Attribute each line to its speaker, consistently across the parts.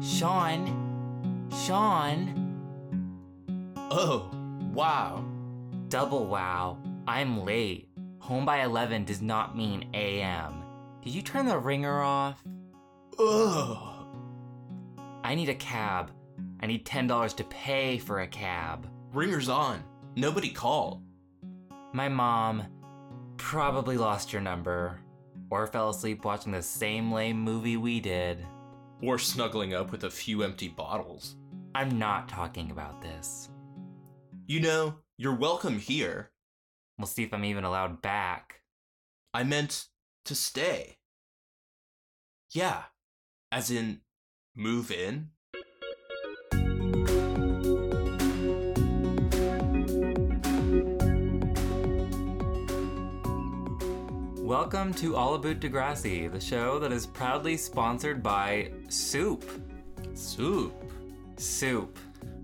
Speaker 1: Sean. Sean.
Speaker 2: Oh, wow.
Speaker 1: Double wow. I'm late. Home by 11 does not mean AM. Did you turn the ringer off?
Speaker 2: Ugh.
Speaker 1: I need a cab. I need $10 to pay for a cab.
Speaker 2: Ringer's on. Nobody called.
Speaker 1: My mom probably lost your number or fell asleep watching the same lame movie we did.
Speaker 2: Or snuggling up with a few empty bottles.
Speaker 1: I'm not talking about this.
Speaker 2: You know, you're welcome here.
Speaker 1: We'll see if I'm even allowed back.
Speaker 2: I meant to stay. Yeah. As in, move in?
Speaker 1: Welcome to All About Degrassi, the show that is proudly sponsored by Soup.
Speaker 2: Soup.
Speaker 1: Soup.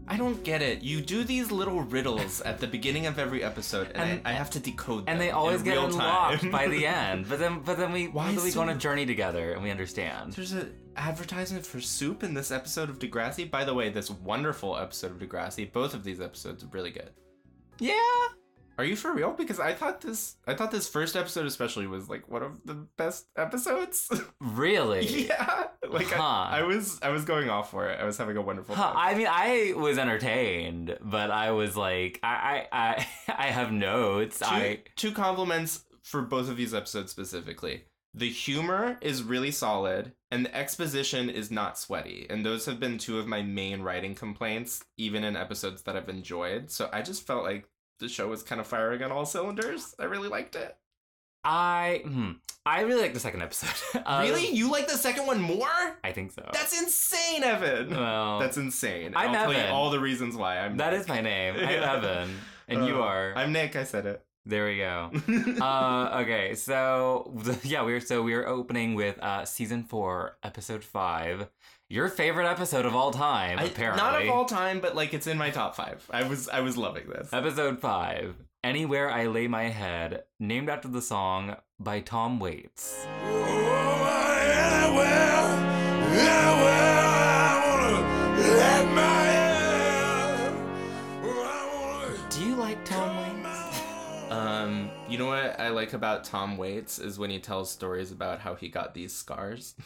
Speaker 2: I don't get it. You do these little riddles at the beginning of every episode, and,
Speaker 1: And-
Speaker 2: I, I have to decode them.
Speaker 1: And they always
Speaker 2: in
Speaker 1: get
Speaker 2: real
Speaker 1: unlocked
Speaker 2: time.
Speaker 1: by the end. But then but then we
Speaker 2: Why
Speaker 1: but then we go on a
Speaker 2: soup?
Speaker 1: journey together and we understand.
Speaker 2: There's an advertisement for soup in this episode of Degrassi. By the way, this wonderful episode of Degrassi. Both of these episodes are really good.
Speaker 1: Yeah.
Speaker 2: Are you for real? Because I thought this, I thought this first episode especially was like one of the best episodes.
Speaker 1: Really?
Speaker 2: yeah, like
Speaker 1: Huh.
Speaker 2: I, I was, I was going off for it. I was having a wonderful.
Speaker 1: Huh,
Speaker 2: time.
Speaker 1: I mean, I was entertained, but I was like, I, I, I, I have notes.
Speaker 2: two,
Speaker 1: I
Speaker 2: two compliments for both of these episodes specifically. The humor is really solid, and the exposition is not sweaty. And those have been two of my main writing complaints, even in episodes that I've enjoyed. So I just felt like the show was kind of firing on all cylinders. I really liked it.
Speaker 1: I, hmm, I really like the second episode. Uh,
Speaker 2: really? You like the second one more?
Speaker 1: I think so.
Speaker 2: That's insane, Evan.
Speaker 1: Uh, well,
Speaker 2: That's insane.
Speaker 1: I'm
Speaker 2: I'll tell
Speaker 1: Evan.
Speaker 2: you all the reasons why. I'm
Speaker 1: that is my name. I'm
Speaker 2: Yeah.
Speaker 1: Evan, and you
Speaker 2: Uh,
Speaker 1: are.
Speaker 2: I'm Nick. I said it.
Speaker 1: there we go. uh, okay, so yeah, we are so we are opening with uh, season four, episode five, your favorite episode of all time,
Speaker 2: I-
Speaker 1: apparently.
Speaker 2: not of all time, but like it's in my top five. I was I was loving this.
Speaker 1: Episode 5 Anywhere I Lay My Head, named after the song by Tom Waits. Do you like Tom Waits?
Speaker 2: Um, you know what I like about Tom Waits is when he tells stories about how he got these scars.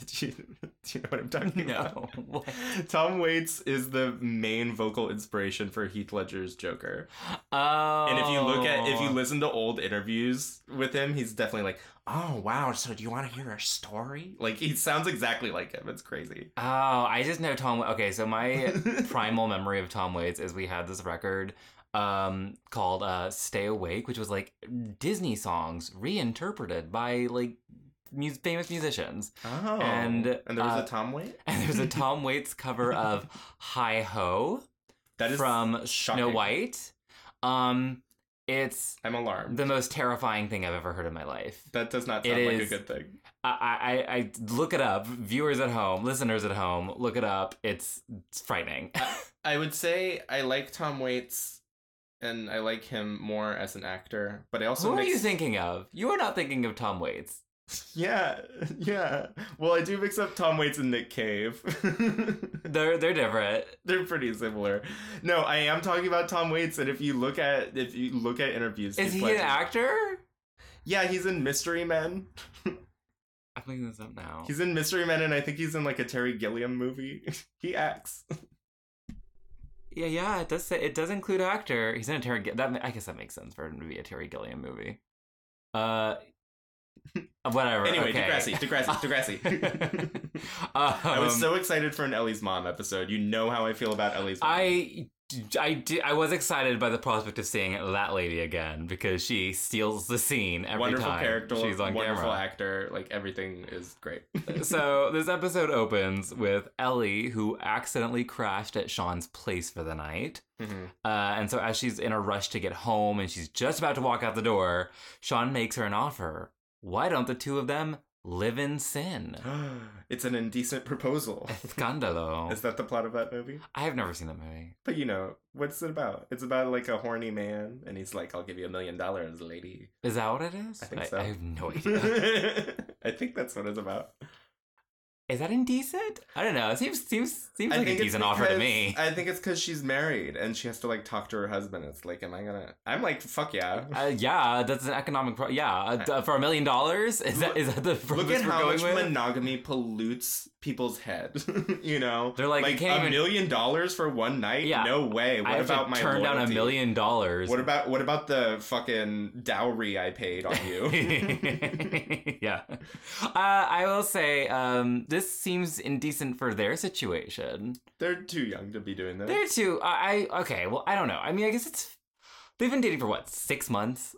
Speaker 2: Did you, do you know what I'm talking about?
Speaker 1: No. What?
Speaker 2: Tom Waits is the main vocal inspiration for Heath Ledger's Joker.
Speaker 1: Oh.
Speaker 2: And if you look at, if you listen to old interviews with him, he's definitely like, "Oh wow, so do you want to hear a story?" Like he sounds exactly like him. It's crazy.
Speaker 1: Oh, I just know Tom. Okay, so my primal memory of Tom Waits is we had this record um called uh Stay Awake, which was like Disney songs reinterpreted by like mu- famous musicians.
Speaker 2: Oh,
Speaker 1: And,
Speaker 2: there was
Speaker 1: uh,
Speaker 2: a Tom Waits.
Speaker 1: And there's a Tom Waits cover of Hi Ho.
Speaker 2: That is
Speaker 1: from Snow
Speaker 2: shocking.
Speaker 1: White. Um, it's
Speaker 2: I'm alarmed.
Speaker 1: the most terrifying thing I've ever heard in my life.
Speaker 2: that does not
Speaker 1: It
Speaker 2: sound like a
Speaker 1: is.
Speaker 2: good thing.
Speaker 1: I, I, I- I look it up. Viewers at home, listeners at home, look it up. It's, it's frightening.
Speaker 2: I would say I like Tom Waits, and I like him more as an actor. But I also
Speaker 1: Who are
Speaker 2: mix-
Speaker 1: you thinking of? You are not thinking of Tom Waits.
Speaker 2: Yeah, yeah. Well, I do mix up Tom Waits and Nick Cave.
Speaker 1: They're they're different.
Speaker 2: They're pretty similar. No, I am talking about Tom Waits, and if you look at if you look at interviews,
Speaker 1: Is
Speaker 2: he's
Speaker 1: he an
Speaker 2: like-
Speaker 1: actor?
Speaker 2: Yeah, he's in Mystery Men.
Speaker 1: I'm looking this up now.
Speaker 2: He's in Mystery Men, and I think he's in like a Terry Gilliam movie. he acts.
Speaker 1: Yeah, yeah. It does say it does include actor. He's in a Terry. Gi- That ma- I guess that makes sense for him to be a Terry Gilliam movie. Uh, whatever.
Speaker 2: Anyway,
Speaker 1: okay.
Speaker 2: Degrassi, Degrassi, Degrassi. I was
Speaker 1: Um,
Speaker 2: so excited for an Ellie's mom episode. You know how I feel about Ellie's mom.
Speaker 1: I, I, did, I was excited by the prospect of seeing that lady again because she steals the scene every
Speaker 2: wonderful
Speaker 1: time
Speaker 2: character,
Speaker 1: she's on
Speaker 2: wonderful
Speaker 1: camera.
Speaker 2: actor. Like everything is great.
Speaker 1: so this episode opens with Ellie who accidentally crashed at Sean's place for the night.
Speaker 2: Mhm.
Speaker 1: Uh, and so as she's in a rush to get home and she's just about to walk out the door, Sean makes her an offer. Why don't the two of them live in sin?
Speaker 2: it's an indecent proposal. Is
Speaker 1: Escándalo.
Speaker 2: that the plot of that movie?
Speaker 1: I have never seen that movie.
Speaker 2: But you know, what's it about? It's about like a horny man, and he's like, "I'll give you a million dollars, lady."
Speaker 1: Is that what it is?
Speaker 2: I think so.
Speaker 1: I have no idea.
Speaker 2: I think that's what it's about.
Speaker 1: Is that indecent? I don't know. It seems seems seems like a
Speaker 2: it's
Speaker 1: decent offer to
Speaker 2: because-
Speaker 1: me.
Speaker 2: I think it's because she's married and she has to like talk to her husband. It's like, am I gonna? I'm like, fuck yeah.
Speaker 1: Uh, yeah, that's an economic. Pro- yeah, uh, d- for a million dollars, is that is that the
Speaker 2: Look at
Speaker 1: we're
Speaker 2: how
Speaker 1: going
Speaker 2: much
Speaker 1: with?
Speaker 2: monogamy pollutes people's head. you know,
Speaker 1: They're like, I
Speaker 2: like
Speaker 1: can't
Speaker 2: a
Speaker 1: even-
Speaker 2: million dollars for one night.
Speaker 1: Yeah.
Speaker 2: no way. What
Speaker 1: I have
Speaker 2: about
Speaker 1: to
Speaker 2: my
Speaker 1: turn down a
Speaker 2: loyalty?
Speaker 1: million dollars.
Speaker 2: What about what about the fucking dowry I paid on you?
Speaker 1: yeah, uh, I will say um, this seems indecent for their situation.
Speaker 2: They're too young to be doing this.
Speaker 1: They're too. I, I okay. Well, I don't know. I mean, I guess it's they've been dating for what six months.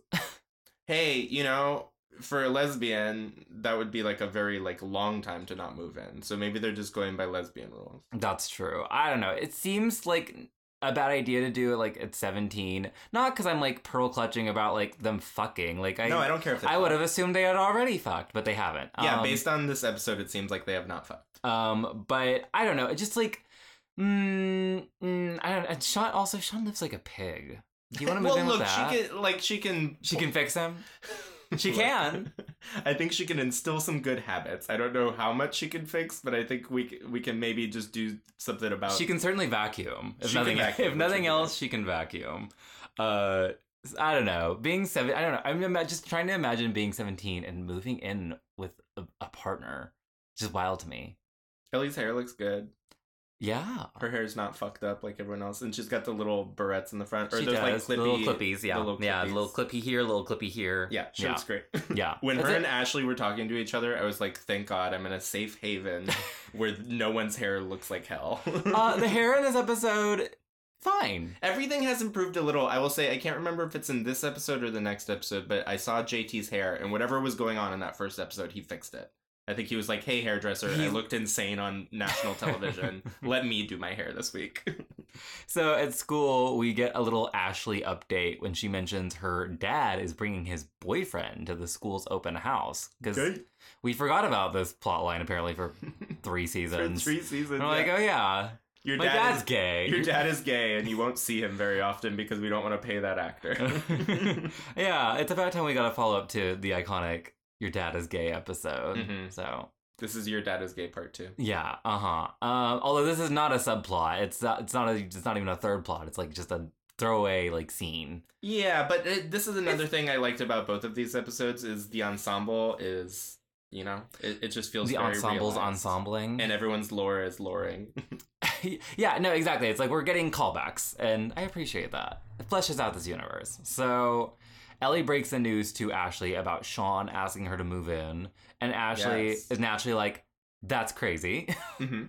Speaker 2: hey, you know, for a lesbian, that would be like a very like long time to not move in. So maybe they're just going by lesbian rules.
Speaker 1: That's true. I don't know. It seems like a bad idea to do it like at seventeen. Not because I'm like pearl clutching about like them fucking. Like I
Speaker 2: no, I don't care if they
Speaker 1: I would
Speaker 2: fuck.
Speaker 1: have assumed they had already fucked, but they haven't.
Speaker 2: Yeah,
Speaker 1: um,
Speaker 2: based on this episode, it seems like they have not fucked.
Speaker 1: Um, but I don't know. It just like, mm, mm, I don't. And Sean also Sean lives like a pig. Do you want to move
Speaker 2: well,
Speaker 1: in
Speaker 2: look,
Speaker 1: with that?
Speaker 2: she can like she can
Speaker 1: She can fix him. She can.
Speaker 2: I think she can instill some good habits. I don't know how much she can fix, but I think we c- we can maybe just do something about.
Speaker 1: she can certainly vacuum. If
Speaker 2: Oh. She can
Speaker 1: nothing,
Speaker 2: vacuum,
Speaker 1: if
Speaker 2: which would
Speaker 1: nothing
Speaker 2: be
Speaker 1: else, she can vacuum. Uh, I don't know. Being seven, I don't know. I'm ima- just trying to imagine being seventeen and moving in with a, a partner. Which is wild to me.
Speaker 2: Kelly's hair looks good.
Speaker 1: Yeah,
Speaker 2: Her hair's not fucked up like everyone else, and she's got the little barrettes in the front, or
Speaker 1: she
Speaker 2: those
Speaker 1: does. The
Speaker 2: like clippy,
Speaker 1: little clippies. Yeah,
Speaker 2: the little
Speaker 1: yeah.
Speaker 2: clippies.
Speaker 1: Little clippy here, little clippy here.
Speaker 2: Yeah, she
Speaker 1: yeah.
Speaker 2: looks great.
Speaker 1: yeah.
Speaker 2: When
Speaker 1: That's
Speaker 2: her
Speaker 1: it.
Speaker 2: and Ashley were talking to each other, I was like, "Thank God, I'm in a safe haven where no one's hair looks like hell."
Speaker 1: uh, the hair in this episode, fine.
Speaker 2: Everything has improved a little. I will say, I can't remember if it's in this episode or the next episode, but I saw JT's hair, and whatever was going on in that first episode, he fixed it. I think he was like, hey, hairdresser, I
Speaker 1: He-
Speaker 2: looked insane on national television. Let me do my hair this week.
Speaker 1: So at school, we get a little Ashley update when she mentions her dad is bringing his boyfriend to the school's open house because we forgot about this plot line apparently for three
Speaker 2: For
Speaker 1: seasons.
Speaker 2: three seasons.
Speaker 1: And we're like,
Speaker 2: yeah.
Speaker 1: oh yeah,
Speaker 2: your,
Speaker 1: my
Speaker 2: dad
Speaker 1: dad's
Speaker 2: is,
Speaker 1: gay.
Speaker 2: your dad is gay, and you won't see him very often because we don't want to pay that actor.
Speaker 1: yeah, it's about time we got a follow up to the iconic "Your Dad is Gay" episode.
Speaker 2: Mhm.
Speaker 1: So
Speaker 2: this is your dad is gay part two.
Speaker 1: yeah, uh huh. Um, although this is not a subplot. It's not. It's not. A, it's not even a third plot. It's like just a throwaway like scene.
Speaker 2: Yeah, but it, this is another thing I liked about both of these episodes is the ensemble is, you know, it, it just feels
Speaker 1: the
Speaker 2: very
Speaker 1: ensemble's
Speaker 2: realized.
Speaker 1: ensembling.
Speaker 2: and everyone's lore is loring.
Speaker 1: yeah, no, exactly. It's like we're getting callbacks, and I appreciate that. It fleshes out this universe. So Ellie breaks the news to Ashley about Sean asking her to move in, and Ashley
Speaker 2: Yes.
Speaker 1: is naturally like, that's crazy.
Speaker 2: hmm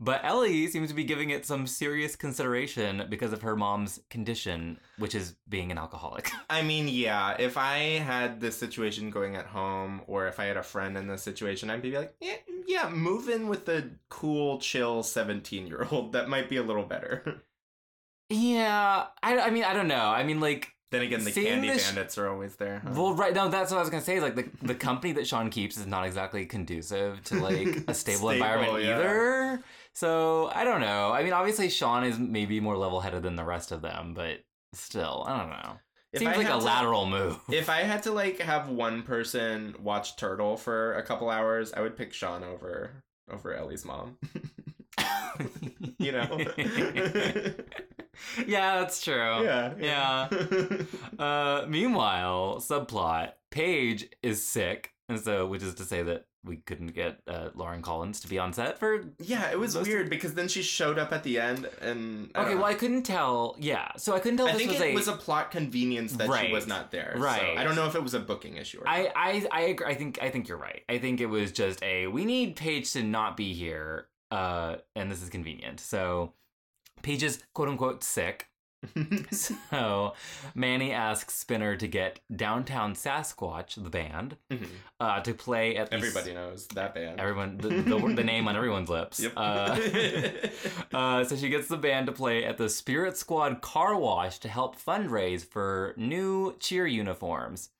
Speaker 1: But Ellie seems to be giving it some serious consideration because of her mom's condition, which is being an alcoholic.
Speaker 2: I mean, yeah, if I had this situation going at home, or if I had a friend in this situation, I'd be like, yeah, yeah move in with the cool, chill seventeen-year-old. That might be a little better.
Speaker 1: yeah, I, I mean, I don't know. I mean, like,
Speaker 2: then again, the
Speaker 1: Seeing
Speaker 2: candy
Speaker 1: the sh-
Speaker 2: bandits are always there. huh?
Speaker 1: Well, right now, that's what I was gonna say. is, Like the the company that Sean keeps is not exactly conducive to like a stable,
Speaker 2: Stable,
Speaker 1: environment
Speaker 2: yeah.
Speaker 1: either. So I don't know. I mean, obviously Sean is maybe more level headed than the rest of them, but still, I don't know.
Speaker 2: If
Speaker 1: Seems
Speaker 2: I
Speaker 1: like a
Speaker 2: had to-
Speaker 1: lateral move.
Speaker 2: If I had to like have one person watch Turtle for a couple hours, I would pick Sean over over Ellie's mom. you know?
Speaker 1: yeah, that's true.
Speaker 2: yeah.
Speaker 1: Oh, Yeah. Uh, meanwhile, subplot: Paige is sick, and so which is to say that we couldn't get uh, Lauren Collins to be on set for
Speaker 2: Yeah, it was
Speaker 1: Most of-
Speaker 2: weird because then she showed up at the end and I
Speaker 1: Okay,
Speaker 2: don't
Speaker 1: well,
Speaker 2: know.
Speaker 1: I couldn't tell. Yeah, so I couldn't tell.
Speaker 2: I
Speaker 1: if
Speaker 2: think
Speaker 1: this
Speaker 2: it
Speaker 1: was a,
Speaker 2: was a plot convenience that
Speaker 1: Right.
Speaker 2: she was not there. so
Speaker 1: Right.
Speaker 2: I don't know if it was a booking issue. Or not.
Speaker 1: I, I, I, agree. I think, I think you're right. I think it was just a we need Paige to not be here, uh, and this is convenient. So Paige is quote unquote sick. so Manny asks Spinner to get Downtown Sasquatch, the band,
Speaker 2: Mhm.
Speaker 1: uh, to play at the s-
Speaker 2: Everybody knows that band.
Speaker 1: everyone, the, the, the name on everyone's lips.
Speaker 2: Yep.
Speaker 1: Uh, Uh, so she gets the band to play at the Spirit Squad car wash to help fundraise for new cheer uniforms.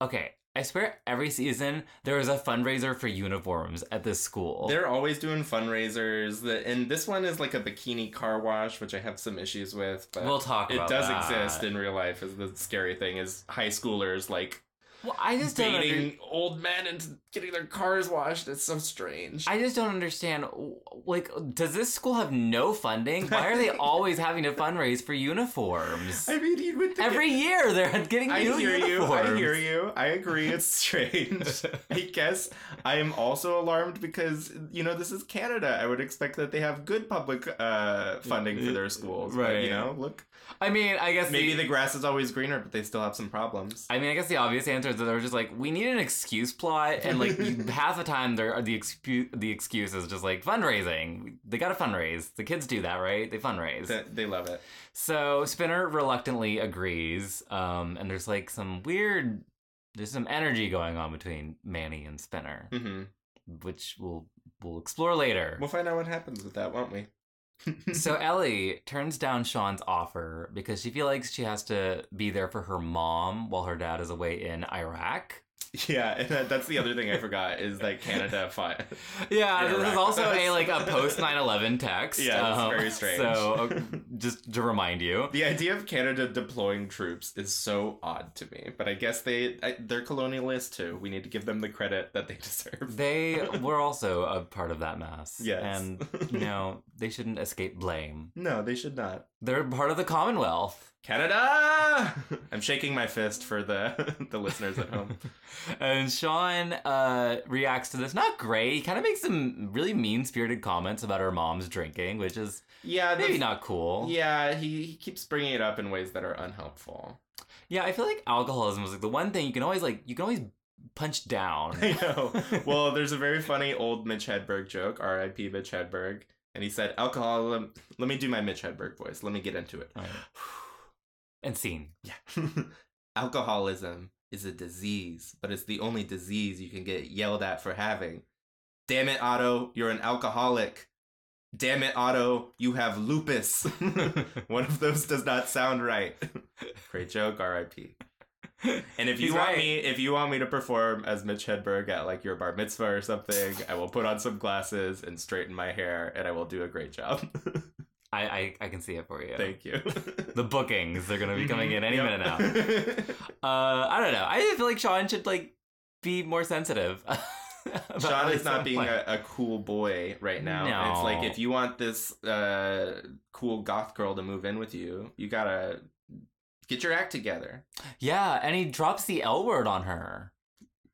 Speaker 1: Okay, I swear every season there is a fundraiser for uniforms at this school.
Speaker 2: They're always doing fundraisers, The- and this one is like a bikini car wash, which I have some issues with. But
Speaker 1: we'll talk
Speaker 2: it
Speaker 1: about
Speaker 2: does
Speaker 1: that.
Speaker 2: exist in real life. Is the scary thing is high schoolers like
Speaker 1: Well, I just don't. under-
Speaker 2: baiting old men into getting their cars washed. It's so strange.
Speaker 1: I just don't understand. w- Like, does this school have no funding? Why are they always having to fundraise for uniforms?
Speaker 2: I mean, you would think
Speaker 1: Every year they're getting
Speaker 2: I
Speaker 1: new
Speaker 2: hear you.
Speaker 1: uniforms.
Speaker 2: I hear you. I agree. It's strange. I guess I am also alarmed because you know this is Canada. I would expect that they have good public uh, funding for their schools. But,
Speaker 1: Right.
Speaker 2: you know, look.
Speaker 1: I mean, I guess
Speaker 2: Maybe
Speaker 1: the,
Speaker 2: the grass is always greener, but they still have some problems.
Speaker 1: I mean, I guess the obvious answer is that they're just like, we need an excuse plot, and like you- half the time, there are the excuse the excuse is just like fundraising. They gotta fundraise. The kids do that, right? They fundraise.
Speaker 2: That they love it.
Speaker 1: So Spinner reluctantly agrees, um, and there's like some weird, there's some energy going on between Manny and Spinner,
Speaker 2: hmm
Speaker 1: which we'll we'll explore later.
Speaker 2: We'll find out what happens with that, won't we?
Speaker 1: so Ellie turns down Sean's offer because she feels like she has to be there for her mom while her dad is away in Iraq.
Speaker 2: yeah, and that, that's the other thing I forgot is that Canada fought.
Speaker 1: Yeah, this is
Speaker 2: Iraq.
Speaker 1: also a like a post 9/11 text. uh-huh.
Speaker 2: Yeah, it's very strange.
Speaker 1: So uh, just to remind you,
Speaker 2: The idea of Canada deploying troops is so odd to me, but I guess they I, they're colonialists too. We need to give them the credit that they deserve.
Speaker 1: they were also a part of that mass.
Speaker 2: Yes.
Speaker 1: and you know they shouldn't escape blame.
Speaker 2: No, they should not.
Speaker 1: They're part of the Commonwealth.
Speaker 2: Canada! I'm shaking my fist for the the listeners at home.
Speaker 1: and Sean uh, reacts to this not great. He kind of makes some really mean spirited comments about her mom's drinking, which is
Speaker 2: Yeah, the-
Speaker 1: maybe not cool.
Speaker 2: Yeah, he, he keeps bringing it up in ways that are unhelpful.
Speaker 1: Yeah, I feel like alcoholism was like the one thing you can always like you can always punch down.
Speaker 2: I know. Well, there's a very funny old Mitch Hedberg joke, R.I.P. Mitch Hedberg, and he said, "Alcohol." Let, let me do my Mitch Hedberg voice. Let me get into it.
Speaker 1: Right. And scene.
Speaker 2: Yeah. Alcoholism is a disease, but it's the only disease you can get yelled at for having. Damn it, Otto, you're an alcoholic. Damn it, Otto, you have lupus. One of those does not sound right. Great joke, RIP. And if you
Speaker 1: He's
Speaker 2: want
Speaker 1: right.
Speaker 2: me, if you want me to perform as Mitch Hedberg at like your bar mitzvah or something, I will put on some glasses and straighten my hair, and I will do a great job.
Speaker 1: I, I I can see it for you.
Speaker 2: Thank you. Mm-hmm.
Speaker 1: The bookings they're gonna be coming in any minute now.
Speaker 2: minute now.
Speaker 1: Uh, I don't know. I just feel like Sean should like be more sensitive. about
Speaker 2: Sean
Speaker 1: really
Speaker 2: is not
Speaker 1: some
Speaker 2: being
Speaker 1: play.
Speaker 2: a, a cool boy right now.
Speaker 1: No.
Speaker 2: It's like if you want this uh, cool goth girl to move in with you, you gotta get your act together.
Speaker 1: Yeah, and he drops the L word on her.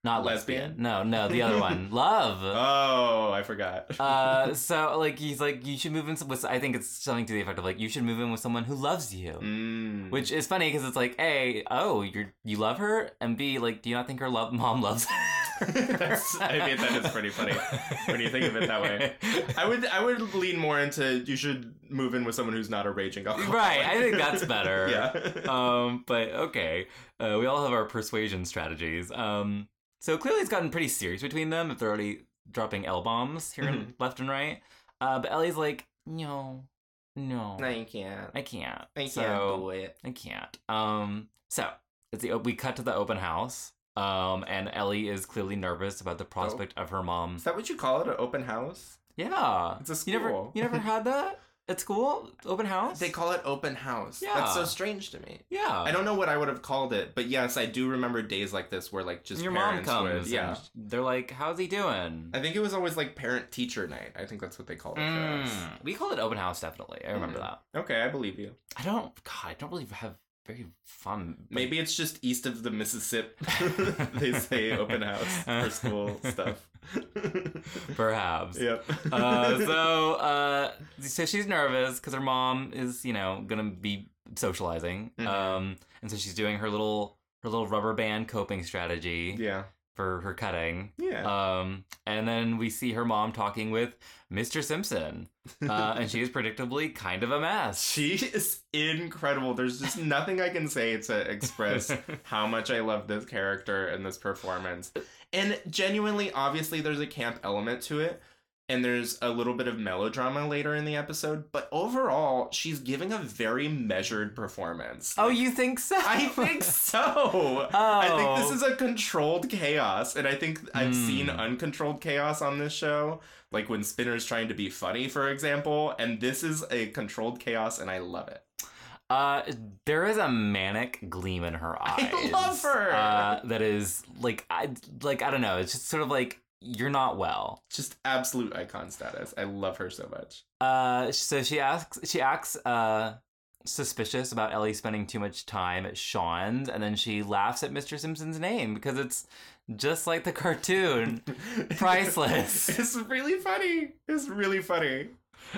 Speaker 1: Not lesbian.
Speaker 2: Lesbian?
Speaker 1: No, no, the other one. Love.
Speaker 2: Oh, I forgot.
Speaker 1: Uh, so like he's like you should move in with. I think it's something to the effect of like you should move in with someone who loves you,
Speaker 2: Mm.
Speaker 1: which is funny because it's like a oh you're you love her and b like do you not think her love mom loves her?
Speaker 2: That's- I mean, that is pretty funny when you think of it that way. I would I would lean more into you should move in with someone who's not a raging alcoholic.
Speaker 1: Right, I think that's better.
Speaker 2: yeah.
Speaker 1: um, but okay, uh, we all have our persuasion strategies. Um, so clearly it's gotten pretty serious between them if they're already dropping L bombs here
Speaker 2: Mm-hmm.
Speaker 1: and left and right. Uh, but Ellie's like, no, no,
Speaker 2: no, you can't.
Speaker 1: I can't.
Speaker 2: I can't
Speaker 1: so-
Speaker 2: do it.
Speaker 1: I can't. Um, so it's the op- we cut to the open house. Um, and Ellie is clearly nervous about
Speaker 2: Oh.
Speaker 1: the prospect of her mom.
Speaker 2: Is that what you call it? An open house?
Speaker 1: Yeah,
Speaker 2: It's a school.
Speaker 1: you never you never had that at school open house.
Speaker 2: They call it open house.
Speaker 1: Yeah.
Speaker 2: That's so strange to me.
Speaker 1: yeah.
Speaker 2: I don't know what I would have called it, but yes, I do remember days like this where like just
Speaker 1: Your mom
Speaker 2: parents would-
Speaker 1: comes.
Speaker 2: yeah,
Speaker 1: and they're like, "How's he doing?"
Speaker 2: I think it was always like parent teacher night. I think that's what they called it. for us.
Speaker 1: Mm, we called it open house, definitely. I remember
Speaker 2: Mhm.
Speaker 1: that.
Speaker 2: Okay, I believe you.
Speaker 1: I don't. God, I don't really have very fun.
Speaker 2: Maybe it's just east of the Mississippi. they say open house for school stuff.
Speaker 1: perhaps.
Speaker 2: yep.
Speaker 1: Uh, so, uh, so she's nervous because her mom is, you know, gonna be socializing,
Speaker 2: Mhm.
Speaker 1: um, and so she's doing her little her little rubber band coping strategy
Speaker 2: yeah,
Speaker 1: for her cutting.
Speaker 2: yeah.
Speaker 1: Um, and then we see her mom talking with Mr. Simpson, uh, and she is predictably kind of a mess.
Speaker 2: she is incredible. There's just nothing I can say to express how much I love this character and this performance. And genuinely, obviously, there's a camp element to it, and there's a little bit of melodrama later in the episode, but overall, she's giving a very measured performance.
Speaker 1: oh, you think so?
Speaker 2: I think so.
Speaker 1: Oh,
Speaker 2: I think this is a controlled chaos, and I think I've
Speaker 1: Hmm.
Speaker 2: seen uncontrolled chaos on this show, like when Spinner's trying to be funny, for example, and this is a controlled chaos, and I love it.
Speaker 1: Uh, there is a manic gleam in her eyes.
Speaker 2: I love her.
Speaker 1: Uh, that is like I like I don't know. It's just sort of like you're not well.
Speaker 2: Just absolute icon status. I love her so much.
Speaker 1: Uh, so she asks. She acts uh suspicious about Ellie spending too much time at Sean's, and then she laughs at Mr. Simpson's name because it's just like the cartoon. Priceless.
Speaker 2: it's really funny. It's really funny.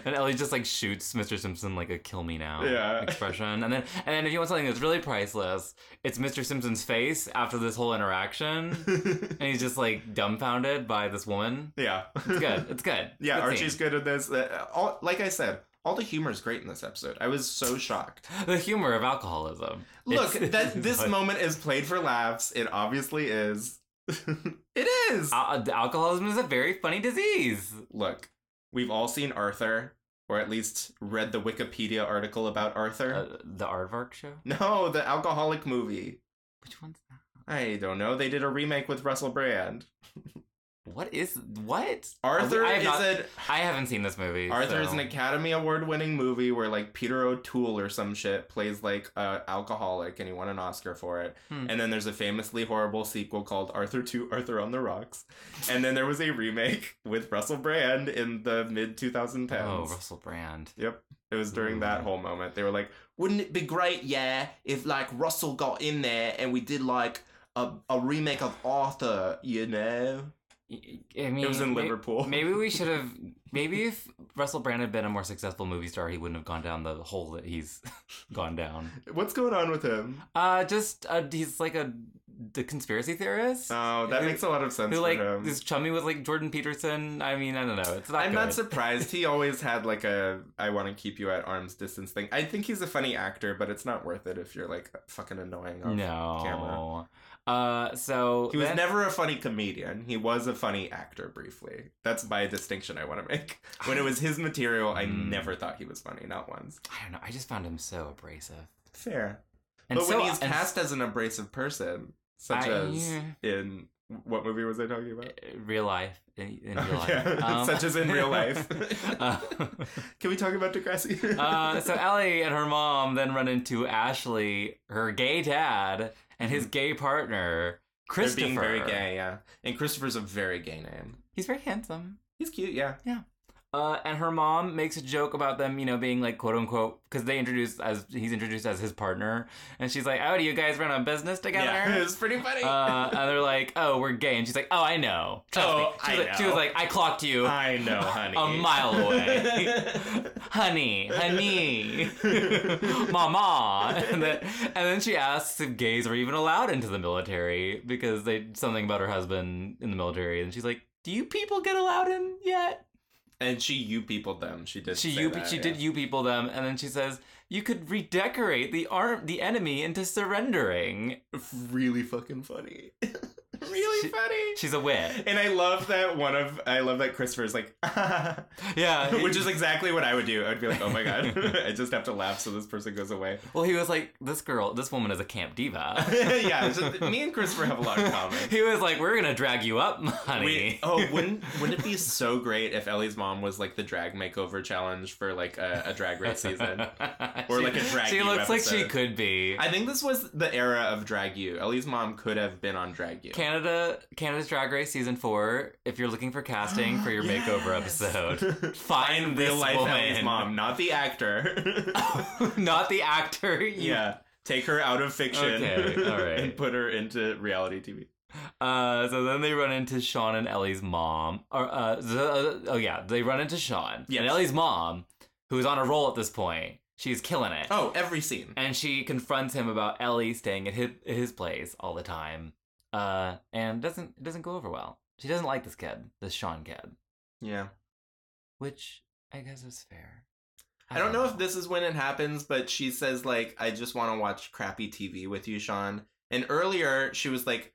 Speaker 1: And Ellie just like shoots Mr. Simpson like a kill me now
Speaker 2: Yeah.
Speaker 1: expression. And then and then if you want something that's really priceless, it's Mr. Simpson's face after this whole interaction. and he's just like dumbfounded by this woman.
Speaker 2: yeah.
Speaker 1: It's good. It's good.
Speaker 2: Yeah,
Speaker 1: Good
Speaker 2: Archie's
Speaker 1: scene.
Speaker 2: good at this. Uh, all, like I said, all the humor is great in this episode. I was so shocked.
Speaker 1: the humor of alcoholism.
Speaker 2: Look,
Speaker 1: It's-
Speaker 2: that this
Speaker 1: but-
Speaker 2: moment is played for laughs. It obviously is. it is.
Speaker 1: Al- uh, alcoholism is a very funny disease.
Speaker 2: Look, we've all seen Arthur, or at least read the Wikipedia article about Arthur.
Speaker 1: Uh, the Aardvark show?
Speaker 2: no, the alcoholic movie.
Speaker 1: Which one's that?
Speaker 2: I don't know. They did a remake with Russell Brand.
Speaker 1: What is what?
Speaker 2: Arthur
Speaker 1: I have
Speaker 2: is
Speaker 1: not-
Speaker 2: an
Speaker 1: I haven't seen this movie.
Speaker 2: Arthur is
Speaker 1: so-
Speaker 2: an Academy Award winning movie where like Peter O'Toole or some shit plays like a alcoholic and he won an Oscar for it.
Speaker 1: Hmm.
Speaker 2: And then there's a famously horrible sequel called Arthur 2 Arthur on the Rocks. And then there was a remake with Russell Brand in the mid 2010s.
Speaker 1: Oh, Russell Brand.
Speaker 2: It was during
Speaker 1: Ooh.
Speaker 2: that whole moment. They were like, wouldn't it be great, yeah, if like Russell got in there and we did like a, a remake of Arthur, you know?
Speaker 1: I I mean,
Speaker 2: It was in
Speaker 1: may-
Speaker 2: Liverpool.
Speaker 1: Maybe we should have. Maybe if Russell Brand had been a more successful movie star, he wouldn't have gone down the hole that he's gone down.
Speaker 2: What's going on with him?
Speaker 1: Uh, just uh, he's like a the conspiracy theorist
Speaker 2: Oh, that
Speaker 1: Who-
Speaker 2: makes a lot of sense
Speaker 1: who
Speaker 2: for
Speaker 1: like
Speaker 2: him.
Speaker 1: is chummy with like Jordan Peterson. I mean, I don't know. It's not.
Speaker 2: I'm not
Speaker 1: good.
Speaker 2: surprised. He always had like a I want to keep you at arm's distance thing. I think he's a funny actor, but it's not worth it if you're like fucking annoying. on
Speaker 1: No.
Speaker 2: camera.
Speaker 1: Uh, so
Speaker 2: He was
Speaker 1: then-
Speaker 2: never a funny comedian. He was a funny actor briefly. That's my distinction I want to make. When it was his material, I
Speaker 1: Hmm.
Speaker 2: never thought he was funny, not once.
Speaker 1: I don't know. I just found him so abrasive.
Speaker 2: Fair.
Speaker 1: And
Speaker 2: but
Speaker 1: so,
Speaker 2: when he's
Speaker 1: and-
Speaker 2: cast as an abrasive person, such
Speaker 1: I-
Speaker 2: as
Speaker 1: yeah.
Speaker 2: in what movie was I talking about?
Speaker 1: real life in, in real life, Um,
Speaker 2: Yeah, such as in real life.
Speaker 1: Uh,
Speaker 2: Can we talk about Degrassi?
Speaker 1: Uh, so Ellie and her mom then run into Ashley, her gay dad, and his gay partner,
Speaker 2: Hmm. they're
Speaker 1: Christopher.
Speaker 2: being very gay, yeah. And Christopher's a very gay name.
Speaker 1: He's very handsome.
Speaker 2: He's cute, yeah.
Speaker 1: Uh, and her mom makes a joke about them, you know, being like quote unquote, because they introduced as he's introduced as his partner, and she's like, "Oh, do you guys run a business together?"
Speaker 2: Yeah, it was pretty funny.
Speaker 1: Uh, and they're like, "Oh, we're gay," and she's like, "Oh, I know." Trust
Speaker 2: Oh,
Speaker 1: me. She was
Speaker 2: I
Speaker 1: like, She was
Speaker 2: know.
Speaker 1: like, "I clocked you,
Speaker 2: I know, honey.
Speaker 1: A mile away. honey, honey, mama." And then, and then she asks if gays are even allowed into the military because they something about her husband in the military, and she's like, "Do you people get allowed in yet?"
Speaker 2: and she you peopled them. She did.
Speaker 1: she
Speaker 2: say
Speaker 1: you
Speaker 2: that,
Speaker 1: she
Speaker 2: yeah.
Speaker 1: did you people them and then she says you could redecorate the arm the enemy into surrendering
Speaker 2: Really fucking funny. really
Speaker 1: She-
Speaker 2: funny.
Speaker 1: she's a wit
Speaker 2: and I love that one of I love that Christopher's like,
Speaker 1: yeah
Speaker 2: which is exactly what I would do. I'd be like, oh my god, I just have to laugh so this person goes away.
Speaker 1: well he was like this girl this woman is a camp diva
Speaker 2: yeah, it's just- me and Christopher have a lot in common.
Speaker 1: he was like we're gonna drag you up
Speaker 2: We,
Speaker 1: honey
Speaker 2: oh, wouldn't wouldn't it be so great if Ellie's mom was like the drag makeover challenge for like a, a drag race season? Or
Speaker 1: She-
Speaker 2: like a drag
Speaker 1: she
Speaker 2: you
Speaker 1: looks like she
Speaker 2: episode.
Speaker 1: could be
Speaker 2: I think this was the era of Drag You. Ellie's mom could have been on Drag You.
Speaker 1: Canada, Canada's Drag Race season four. If you're looking for casting for your makeover
Speaker 2: Yes!
Speaker 1: episode, find, this
Speaker 2: real life
Speaker 1: woman,
Speaker 2: Ellie's mom, not the actor.
Speaker 1: not the actor. you
Speaker 2: yeah, take her out of fiction
Speaker 1: Okay, all right.
Speaker 2: and put her into reality TV.
Speaker 1: Uh, so then they run into Sean and Ellie's mom. Or uh, the, oh yeah, they run into Sean
Speaker 2: Yes.
Speaker 1: and Ellie's mom, who's on a roll at this point. She's killing it,
Speaker 2: Oh, every scene.
Speaker 1: and she confronts him about Ellie staying at his, his place all the time. Uh, and doesn't it doesn't go over well. She doesn't like this kid, this Sean kid,
Speaker 2: Yeah.
Speaker 1: which I guess is fair.
Speaker 2: I don't know if this is when it happens, but she says like, "I just want to watch crappy TV with you, Sean." And earlier, she was like,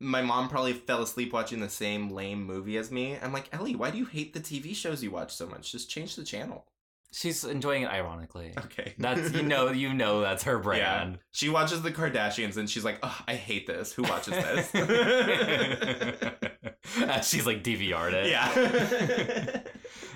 Speaker 2: "My mom probably fell asleep watching the same lame movie as me." I'm like, Ellie, why do you hate the TV shows you watch so much? Just change the channel.
Speaker 1: she's enjoying it ironically.
Speaker 2: Okay,
Speaker 1: That's you know you know that's her brand.
Speaker 2: She watches the Kardashians, and she's like, "Ugh, "I hate this. Who watches this?"
Speaker 1: she's like DVR'd it.
Speaker 2: yeah.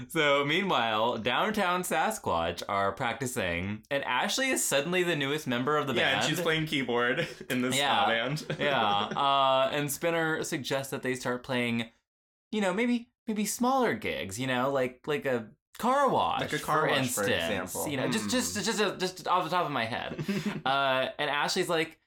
Speaker 1: So, meanwhile, downtown Sasquatch are practicing, and Ashley is suddenly the newest member of the
Speaker 2: yeah, and
Speaker 1: band.
Speaker 2: she's playing keyboard in this
Speaker 1: Yeah.
Speaker 2: ska band.
Speaker 1: yeah, uh, and Spinner suggests that they start playing, you know, maybe maybe smaller gigs, you know, like like a car wash,
Speaker 2: Like a car
Speaker 1: for
Speaker 2: wash, for
Speaker 1: instance,
Speaker 2: example.
Speaker 1: you know, just
Speaker 2: Hmm.
Speaker 1: just just just just off the top of my head. Uh, and Ashley's like,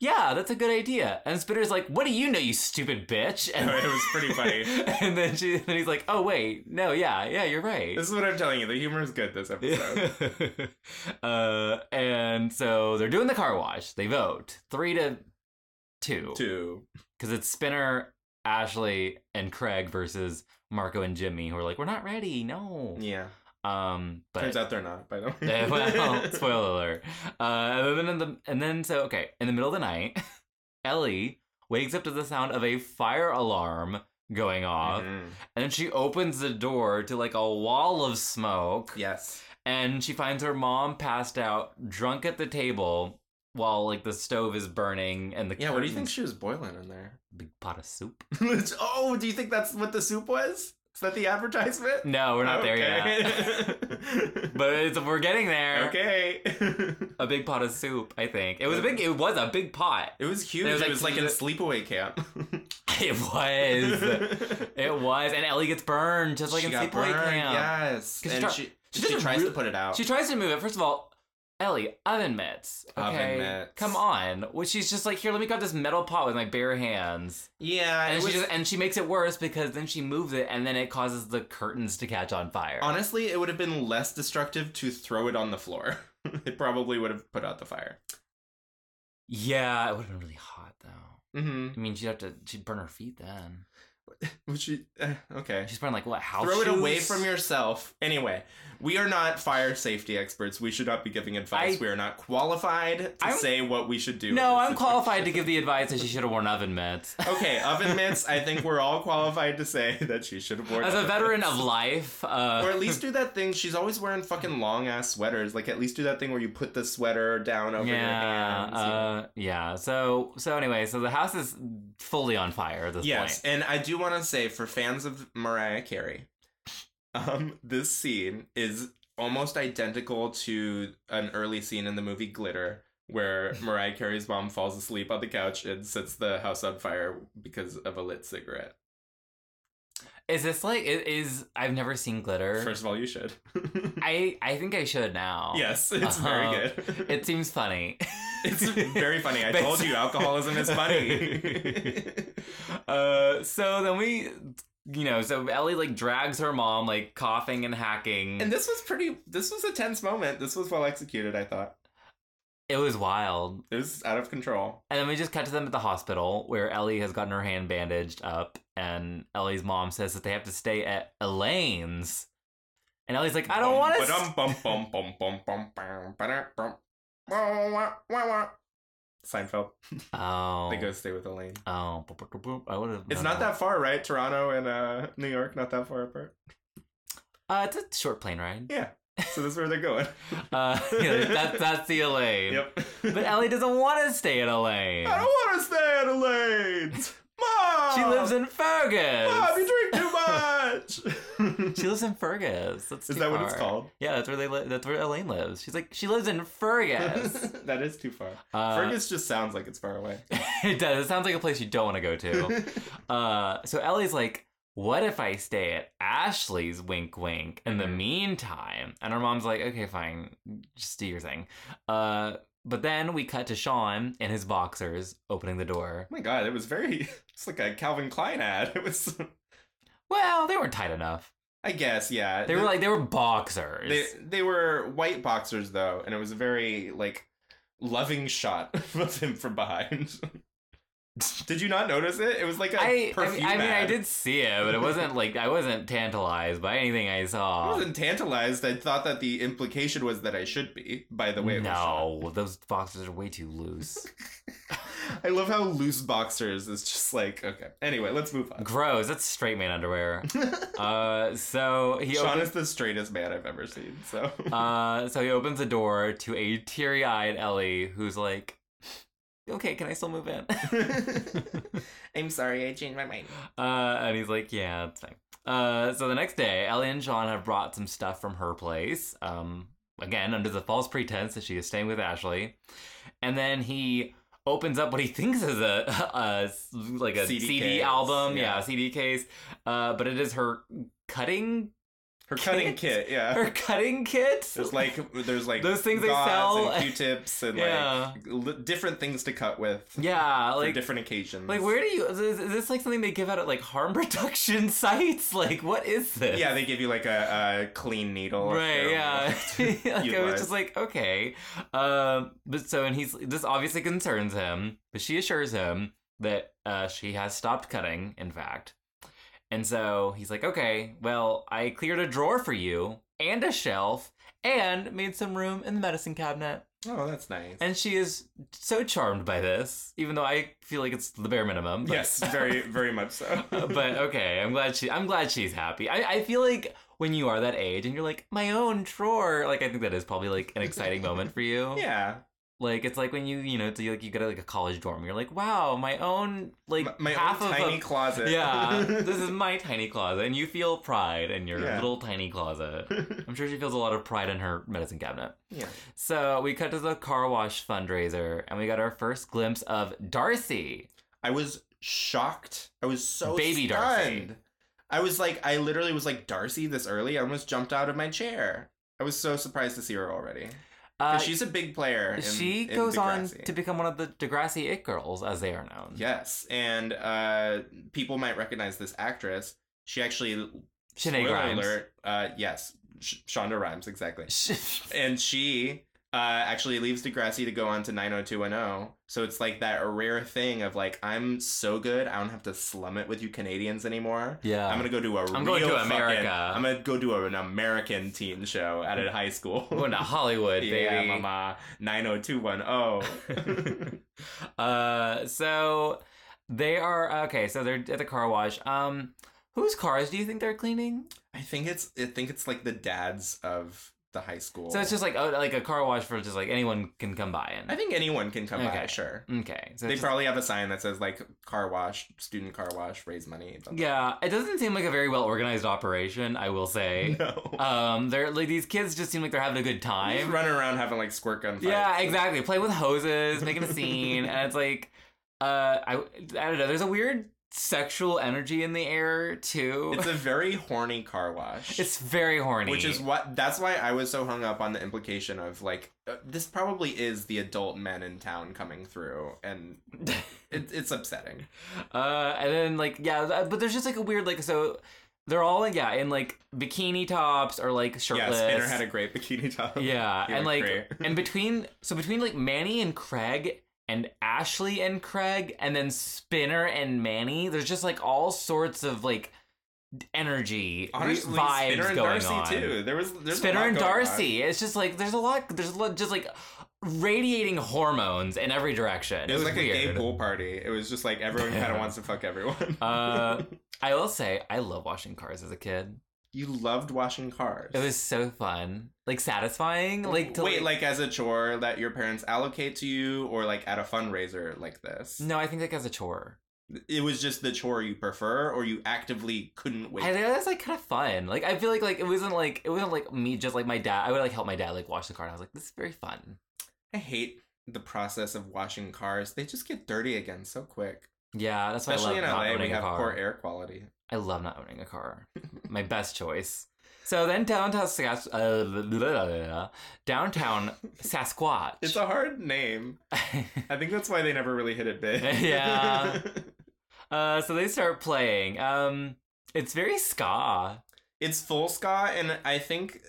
Speaker 1: "Yeah, that's a good idea." And Spinner's like, "What do you know, you stupid bitch?" And
Speaker 2: it was pretty funny.
Speaker 1: and then she, then he's like, "Oh wait, no, yeah, yeah, you're right."
Speaker 2: This is what I'm telling you. The humor is good this episode.
Speaker 1: uh, and so they're doing the car wash. They vote three to two
Speaker 2: Two.
Speaker 1: because it's Spinner, Ashley, and Craig versus Marco and Jimmy, who are like, "We're not ready, no."
Speaker 2: Yeah.
Speaker 1: Um, but
Speaker 2: Turns out they're not, by the way.
Speaker 1: Eh, well, spoiler alert. Uh, and then, in the, and then, so okay, in the middle of the night, Ellie wakes up to the sound of a fire alarm going off,
Speaker 2: Mhm.
Speaker 1: and then she opens the door to like a wall of smoke,
Speaker 2: Yes.
Speaker 1: and she finds her mom passed out, drunk at the table, while like the stove is burning and the
Speaker 2: Yeah, what do you think
Speaker 1: curtains-
Speaker 2: she was boiling in there?
Speaker 1: Big pot of soup.
Speaker 2: oh, do you think that's what the soup was? Is that the advertisement?
Speaker 1: No, we're not there yet.
Speaker 2: yet.
Speaker 1: But it's, we're getting there.
Speaker 2: okay.
Speaker 1: A big pot of soup, I think. It was a big. It was a big pot.
Speaker 2: it was huge.
Speaker 1: It was
Speaker 2: It
Speaker 1: like-
Speaker 2: was like in sleepaway camp.
Speaker 1: It was. It was, and Ellie gets burned just like
Speaker 2: She
Speaker 1: in
Speaker 2: got
Speaker 1: Sleepaway
Speaker 2: burned,
Speaker 1: Camp. 'Cause
Speaker 2: Yes.
Speaker 1: she
Speaker 2: and
Speaker 1: try-
Speaker 2: she,
Speaker 1: she
Speaker 2: she,
Speaker 1: doesn't
Speaker 2: tries
Speaker 1: re-
Speaker 2: to put it out.
Speaker 1: She tries to move it. First of all, Ellie, oven mitts. Okay,
Speaker 2: Oven mitts.
Speaker 1: come on. Well, she's just like, here, let me grab this metal pot with my bare hands,
Speaker 2: yeah.
Speaker 1: and
Speaker 2: Uh, it
Speaker 1: she
Speaker 2: was-
Speaker 1: just and she makes it worse because then she moves it, and then it causes the curtains to catch on fire.
Speaker 2: honestly, it would have been less destructive to throw it on the floor. it probably would have put out the fire.
Speaker 1: yeah, it would have been really hot though.
Speaker 2: Mm-hmm.
Speaker 1: I mean, she'd have to she'd burn her feet then.
Speaker 2: Would she? Uh, okay.
Speaker 1: She's burning like what house?
Speaker 2: Throw it away
Speaker 1: shoes?
Speaker 2: from yourself. Anyway, we are not fire safety experts. We should not be giving advice.
Speaker 1: I-
Speaker 2: we are not qualified to
Speaker 1: I'm-
Speaker 2: say what we should do. in
Speaker 1: No,
Speaker 2: this
Speaker 1: I'm
Speaker 2: situation.
Speaker 1: qualified to give the advice that she should have worn oven mitts.
Speaker 2: Okay, oven mitts. I think we're all qualified to say that she should have worn.
Speaker 1: As a
Speaker 2: oven
Speaker 1: veteran
Speaker 2: mitts.
Speaker 1: of life, uh,
Speaker 2: Or at least do that thing. She's always wearing fucking long ass sweaters. Like at least do that thing where you put the sweater down over
Speaker 1: yeah,
Speaker 2: your hands. you know?
Speaker 1: Uh, yeah. So so anyway, so the house is fully on fire at this
Speaker 2: Yes, and I do want to say for fans of Mariah Carey, um, this scene is almost identical to an early scene in the movie Glitter, where Mariah Carey's mom falls asleep on the couch and sets the house on fire because of a lit cigarette.
Speaker 1: point. Is this like it is I've never seen glitter.
Speaker 2: First of all, you should.
Speaker 1: I I think I should now.
Speaker 2: yes, it's very
Speaker 1: Uh-huh.
Speaker 2: good.
Speaker 1: It seems funny.
Speaker 2: it's very funny. I told you, alcoholism is funny.
Speaker 1: uh so then we you know, so Ellie like drags her mom like coughing and hacking.
Speaker 2: and this was pretty. This was a tense moment. This was well executed. I thought
Speaker 1: it was wild.
Speaker 2: it was out of control.
Speaker 1: And then we just cut to them at the hospital where Ellie has gotten her hand bandaged up, and Ellie's mom says that they have to stay at Elaine's. And Ellie's like, I
Speaker 2: Um,
Speaker 1: don't want to.
Speaker 2: Bum, bum, bum, bum, bum, bum, bum, ba-da, bum. Wah, wah, wah, wah. Seinfeld.
Speaker 1: oh.
Speaker 2: um, They go stay with Elaine.
Speaker 1: Oh. boop, boop, boop, boop. I would have.
Speaker 2: It's not that far, right? Toronto and uh, New York, not that far apart.
Speaker 1: Uh, it's a short plane ride.
Speaker 2: Yeah. So this is where they're going.
Speaker 1: Uh, yeah, that, that's the Elaine.
Speaker 2: yep.
Speaker 1: But Ellie doesn't want to stay at Elaine.
Speaker 2: I don't want to stay at Elaine's. Mom.
Speaker 1: She lives in Fergus.
Speaker 2: Mom, you drink too much.
Speaker 1: she lives in Fergus. That's
Speaker 2: is
Speaker 1: too
Speaker 2: that what it's
Speaker 1: far.
Speaker 2: called?
Speaker 1: Yeah, that's where they li- that's where Elaine lives. She's like, she lives in Fergus.
Speaker 2: that is too far.
Speaker 1: Uh,
Speaker 2: Fergus just sounds like it's far away.
Speaker 1: it does. It sounds like a place you don't want to go to. Uh, so Ellie's like, "What if I stay at Ashley's? Wink, wink." In the
Speaker 2: Mhm.
Speaker 1: meantime, and her mom's like, "Okay, fine, just do your thing." Uh, but then we cut to Sean in his boxers opening the door.
Speaker 2: Oh my god, it was very. It's like a Calvin Klein ad. It was.
Speaker 1: Well, they weren't tight enough.
Speaker 2: I guess, yeah.
Speaker 1: They were like they were boxers.
Speaker 2: They, they were white boxers, though, and it was a very, like, loving shot of him from behind. Did you not notice it? It was like a
Speaker 1: I, I,
Speaker 2: perfume
Speaker 1: mean, I mean, I
Speaker 2: ad.
Speaker 1: did see it, but it wasn't like I wasn't tantalized by anything I
Speaker 2: I
Speaker 1: saw.
Speaker 2: wasn't tantalized. I thought that the implication was that I should be, by the way. it was shot.
Speaker 1: no, those boxers are way too loose.
Speaker 2: I love how loose boxers is just like, okay. Anyway, let's move on.
Speaker 1: Gross. That's straight man underwear. uh, so he
Speaker 2: Sean
Speaker 1: opens,
Speaker 2: is the straightest man I've ever seen, so.
Speaker 1: uh, so he opens the door to a teary-eyed Ellie who's like, "Okay, can I still move in?"
Speaker 2: I'm sorry, I changed my mind.
Speaker 1: uh, and he's like, "Yeah, it's fine." Uh, so the next day, Ellie and Sean have brought some stuff from her place. Um, again, under the false pretense that she is staying with Ashley. And then he opens up what he thinks is a, a like a
Speaker 2: CD
Speaker 1: CD,
Speaker 2: case,
Speaker 1: album, yeah.
Speaker 2: yeah.
Speaker 1: CD case. Uh, but it is her cutting
Speaker 2: Her cutting
Speaker 1: Kit?
Speaker 2: kit, yeah.
Speaker 1: her cutting kit.
Speaker 2: there's like there's like
Speaker 1: Those things they
Speaker 2: gauze
Speaker 1: sell.
Speaker 2: and Q-tips and
Speaker 1: Yeah.
Speaker 2: like li- different things to cut with
Speaker 1: yeah,
Speaker 2: for
Speaker 1: like
Speaker 2: different occasions.
Speaker 1: like where do you is, is this like something they give out at like harm reduction sites? Like what is this?
Speaker 2: Yeah, they give you like a, a clean needle. if
Speaker 1: Right,
Speaker 2: you're-
Speaker 1: yeah. like, I was
Speaker 2: Utilize.
Speaker 1: just like, okay. Um, but so, and he's, this obviously concerns him, but she assures him that uh, she has stopped cutting, in fact. And so he's like, okay, well, I cleared a drawer for you and a shelf and made some room in the medicine cabinet.
Speaker 2: Oh, that's nice.
Speaker 1: And she is so charmed by this, even though I feel like it's the bare minimum. but-
Speaker 2: yes, very very much so.
Speaker 1: but okay, I'm glad she. I'm glad she's happy. I, I feel like when you are that age and you're like my own drawer, like I think that is probably like an exciting moment for you.
Speaker 2: yeah,
Speaker 1: Like it's like when you you know it's like you go to like a college dorm, you're like wow, my own like
Speaker 2: my, my
Speaker 1: half
Speaker 2: own
Speaker 1: of
Speaker 2: tiny
Speaker 1: a
Speaker 2: closet.
Speaker 1: yeah, this is my tiny closet, and you feel pride in your
Speaker 2: Yeah.
Speaker 1: little tiny closet. I'm sure she feels a lot of pride in her medicine cabinet.
Speaker 2: yeah.
Speaker 1: So we cut to the car wash fundraiser, and we got our first glimpse of Darcy.
Speaker 2: I was shocked. I was so
Speaker 1: Baby Darcy.
Speaker 2: stunned. I was like, I literally was like, Darcy, this early. I almost jumped out of my chair. I was so surprised to see her already. 'Cause
Speaker 1: Uh,
Speaker 2: she's a big player. in-
Speaker 1: she
Speaker 2: in
Speaker 1: goes on
Speaker 2: Degrassi.
Speaker 1: to become one of the Degrassi It Girls, as they are known.
Speaker 2: Yes, and uh, people might recognize this actress. She actually,
Speaker 1: Sinead
Speaker 2: spoiler
Speaker 1: Grimes.
Speaker 2: alert, uh, yes, Sh- Shonda Rhimes, exactly.
Speaker 1: Sh-
Speaker 2: And she uh, actually leaves Degrassi to go on to 90210. So it's like that rare thing of like, I'm so good, I don't have to slum it with you Canadians anymore.
Speaker 1: yeah.
Speaker 2: I'm gonna go do a
Speaker 1: I'm
Speaker 2: real
Speaker 1: going to
Speaker 2: fucking-
Speaker 1: America.
Speaker 2: I'm gonna go do an American teen show at a high school.
Speaker 1: Going to Hollywood,
Speaker 2: yeah,
Speaker 1: baby.
Speaker 2: mama. 90210.
Speaker 1: uh, so they are okay. So they're at the car wash. Um, whose cars do you think they're cleaning?
Speaker 2: I think it's I think it's like the dads of the high school.
Speaker 1: So it's just like oh, like a car wash for just like anyone can come by
Speaker 2: I
Speaker 1: and.
Speaker 2: think anyone can come by,
Speaker 1: Okay.
Speaker 2: sure.
Speaker 1: Okay, so
Speaker 2: They
Speaker 1: it's just-
Speaker 2: probably have a sign that says like car wash, student car wash, raise money. blah, blah,
Speaker 1: yeah, it doesn't seem like a very well organized operation. I will say.
Speaker 2: blah. No.
Speaker 1: Um, they're like these kids just seem like they're having a good
Speaker 2: i
Speaker 1: time.
Speaker 2: running around having like squirt gun fights.
Speaker 1: Yeah, exactly. Play with hoses, making a scene, and it's like, uh, I, I don't know. There's a weird sexual energy in the air too.
Speaker 2: It's a very horny car wash.
Speaker 1: It's, very horny.
Speaker 2: which is what that's why I was so hung up on the implication of like uh, this probably is the adult men in town coming through and it, it's upsetting.
Speaker 1: uh, and then like yeah, th- but there's just like a weird like so they're all like yeah in like bikini tops or like
Speaker 2: Yeah,
Speaker 1: shirtless.
Speaker 2: Spinner had a great bikini top.
Speaker 1: yeah,
Speaker 2: He
Speaker 1: and like
Speaker 2: looked great.
Speaker 1: and between so between like Manny and Craig and Ashley and Craig and then Spinner and Manny, there's just like all sorts of like energy
Speaker 2: Honestly,
Speaker 1: vibes
Speaker 2: Spinner and
Speaker 1: going
Speaker 2: Darcy
Speaker 1: on.
Speaker 2: too. There was there's a
Speaker 1: Spinner
Speaker 2: lot
Speaker 1: and
Speaker 2: going on.
Speaker 1: Darcy. It's just like there's a lot. There's a lot, just like radiating hormones in every direction.
Speaker 2: It was like
Speaker 1: weird.
Speaker 2: a gay pool party. It was just like everyone kind
Speaker 1: Yeah.
Speaker 2: of wants to fuck everyone.
Speaker 1: Uh, I will say, I love washing cars as a kid.
Speaker 2: you loved washing cars.
Speaker 1: It was so fun, like satisfying. Like to
Speaker 2: wait, like as a chore that your parents allocate to you, or like at a fundraiser like this.
Speaker 1: no, I think like as a chore.
Speaker 2: it was just the chore you prefer, or you actively couldn't wait.
Speaker 1: I think that's like kind of fun. Like I feel like like it wasn't like it wasn't like me just like my dad. I would like help my dad like wash the car. And I was like, this is very fun.
Speaker 2: I hate the process of washing cars. They just get dirty again so quick.
Speaker 1: Yeah, that's why
Speaker 2: Especially
Speaker 1: I
Speaker 2: in
Speaker 1: love not
Speaker 2: LA,
Speaker 1: owning
Speaker 2: we
Speaker 1: a
Speaker 2: have
Speaker 1: car.
Speaker 2: poor air quality.
Speaker 1: I love not owning a car. My best choice. So then downtown Sasquatch, uh, blah, blah, blah, blah, blah. downtown Sasquatch.
Speaker 2: It's a hard name. I think that's why they never really hit it big.
Speaker 1: Yeah. uh, so they start playing. Um, it's very ska.
Speaker 2: it's full ska and i think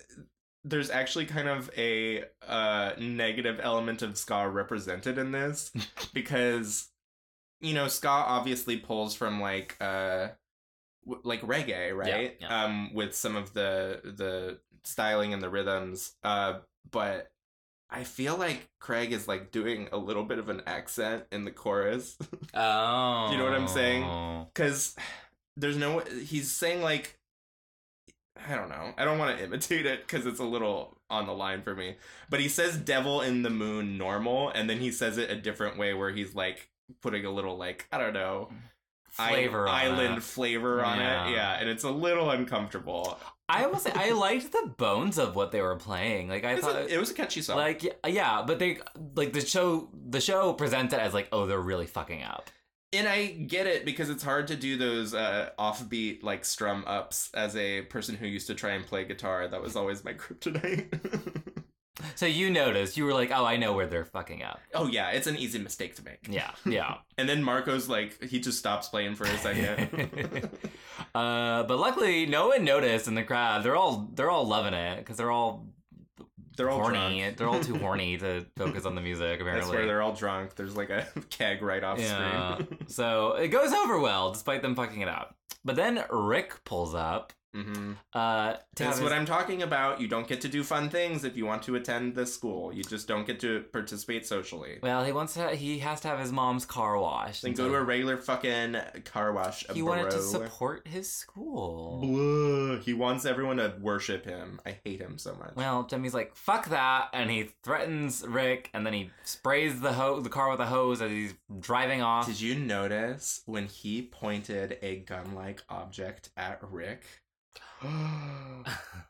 Speaker 2: there's actually kind of a uh, negative element of ska represented in this because you know ska obviously pulls from like uh w- like reggae right
Speaker 1: Yeah, yeah.
Speaker 2: um with some of the the styling and the rhythms uh but i feel like craig is like doing a little bit of an accent in the chorus
Speaker 1: Oh,
Speaker 2: You know what I'm saying? because there's no he's saying like i don't know i don't want to imitate it because it's a little on the line for me but he says devil in the moon normal and then he says it a different way where he's like putting a little like i don't know i-
Speaker 1: flavor on
Speaker 2: island
Speaker 1: it.
Speaker 2: flavor on
Speaker 1: Yeah.
Speaker 2: it. Yeah, and it's a little uncomfortable.
Speaker 1: I will say I liked the bones of what they were playing. Like I
Speaker 2: It's a-
Speaker 1: thought
Speaker 2: it was a catchy song.
Speaker 1: like y- yeah, but they like the show the show presents it as like oh they're really fucking up.
Speaker 2: and I get it because it's hard to do those uh, offbeat like strum ups as a person who used to try and play guitar. That was always my kryptonite.
Speaker 1: So you noticed you were like oh I know where they're fucking up.
Speaker 2: oh yeah, it's an easy mistake to make.
Speaker 1: Yeah, yeah.
Speaker 2: And then Marco's like he just stops playing for a second.
Speaker 1: uh, but luckily no one noticed in the crowd. They're all they're all loving it because they're all
Speaker 2: They're all
Speaker 1: horny.
Speaker 2: drunk.
Speaker 1: They're all too horny to focus on the music
Speaker 2: That's
Speaker 1: apparently.
Speaker 2: where they're all drunk. There's like a keg right off
Speaker 1: Yeah.
Speaker 2: screen.
Speaker 1: so it goes over well despite them fucking it up. But then Rick pulls up.
Speaker 2: hmm
Speaker 1: Uh, to have
Speaker 2: That's
Speaker 1: his-
Speaker 2: what I'm talking about. You don't get to do fun things if you want to attend this school. You just don't get to participate socially.
Speaker 1: Well, he wants to. He has to have his mom's car washed.
Speaker 2: Then
Speaker 1: and
Speaker 2: go to
Speaker 1: so
Speaker 2: a regular fucking car wash.
Speaker 1: He wanted to
Speaker 2: bro.
Speaker 1: support his school.
Speaker 2: Blah. He wants everyone to worship him. I hate him so much.
Speaker 1: Well, Demi's like, "Fuck that," and he threatens Rick, and then he sprays the ho- the car with a hose as he's driving off.
Speaker 2: Did you notice when he pointed a gun-like object at Rick?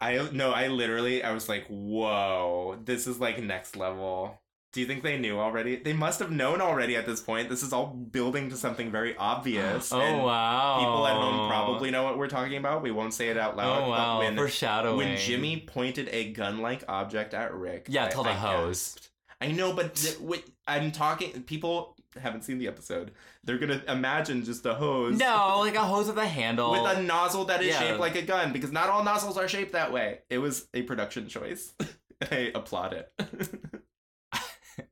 Speaker 2: I no, I literally I was like, "Whoa, this is like next level." Do you think they knew already? They must have known already at this point. This is all building to something very obvious.
Speaker 1: oh
Speaker 2: and
Speaker 1: wow!
Speaker 2: People at home probably know what we're talking about. We won't say it out loud.
Speaker 1: Oh wow!
Speaker 2: But when,
Speaker 1: Foreshadowing.
Speaker 2: when Jimmy pointed a gun-like object at Rick,
Speaker 1: Yeah, till the hose.
Speaker 2: gasped. I know, but th- wait, I'm talking. People haven't seen the episode. They're gonna imagine just a hose.
Speaker 1: No, like a hose with a handle.
Speaker 2: With a nozzle that is
Speaker 1: Yeah.
Speaker 2: shaped like a gun, because not all nozzles are shaped that way. It was a production choice. I applaud it.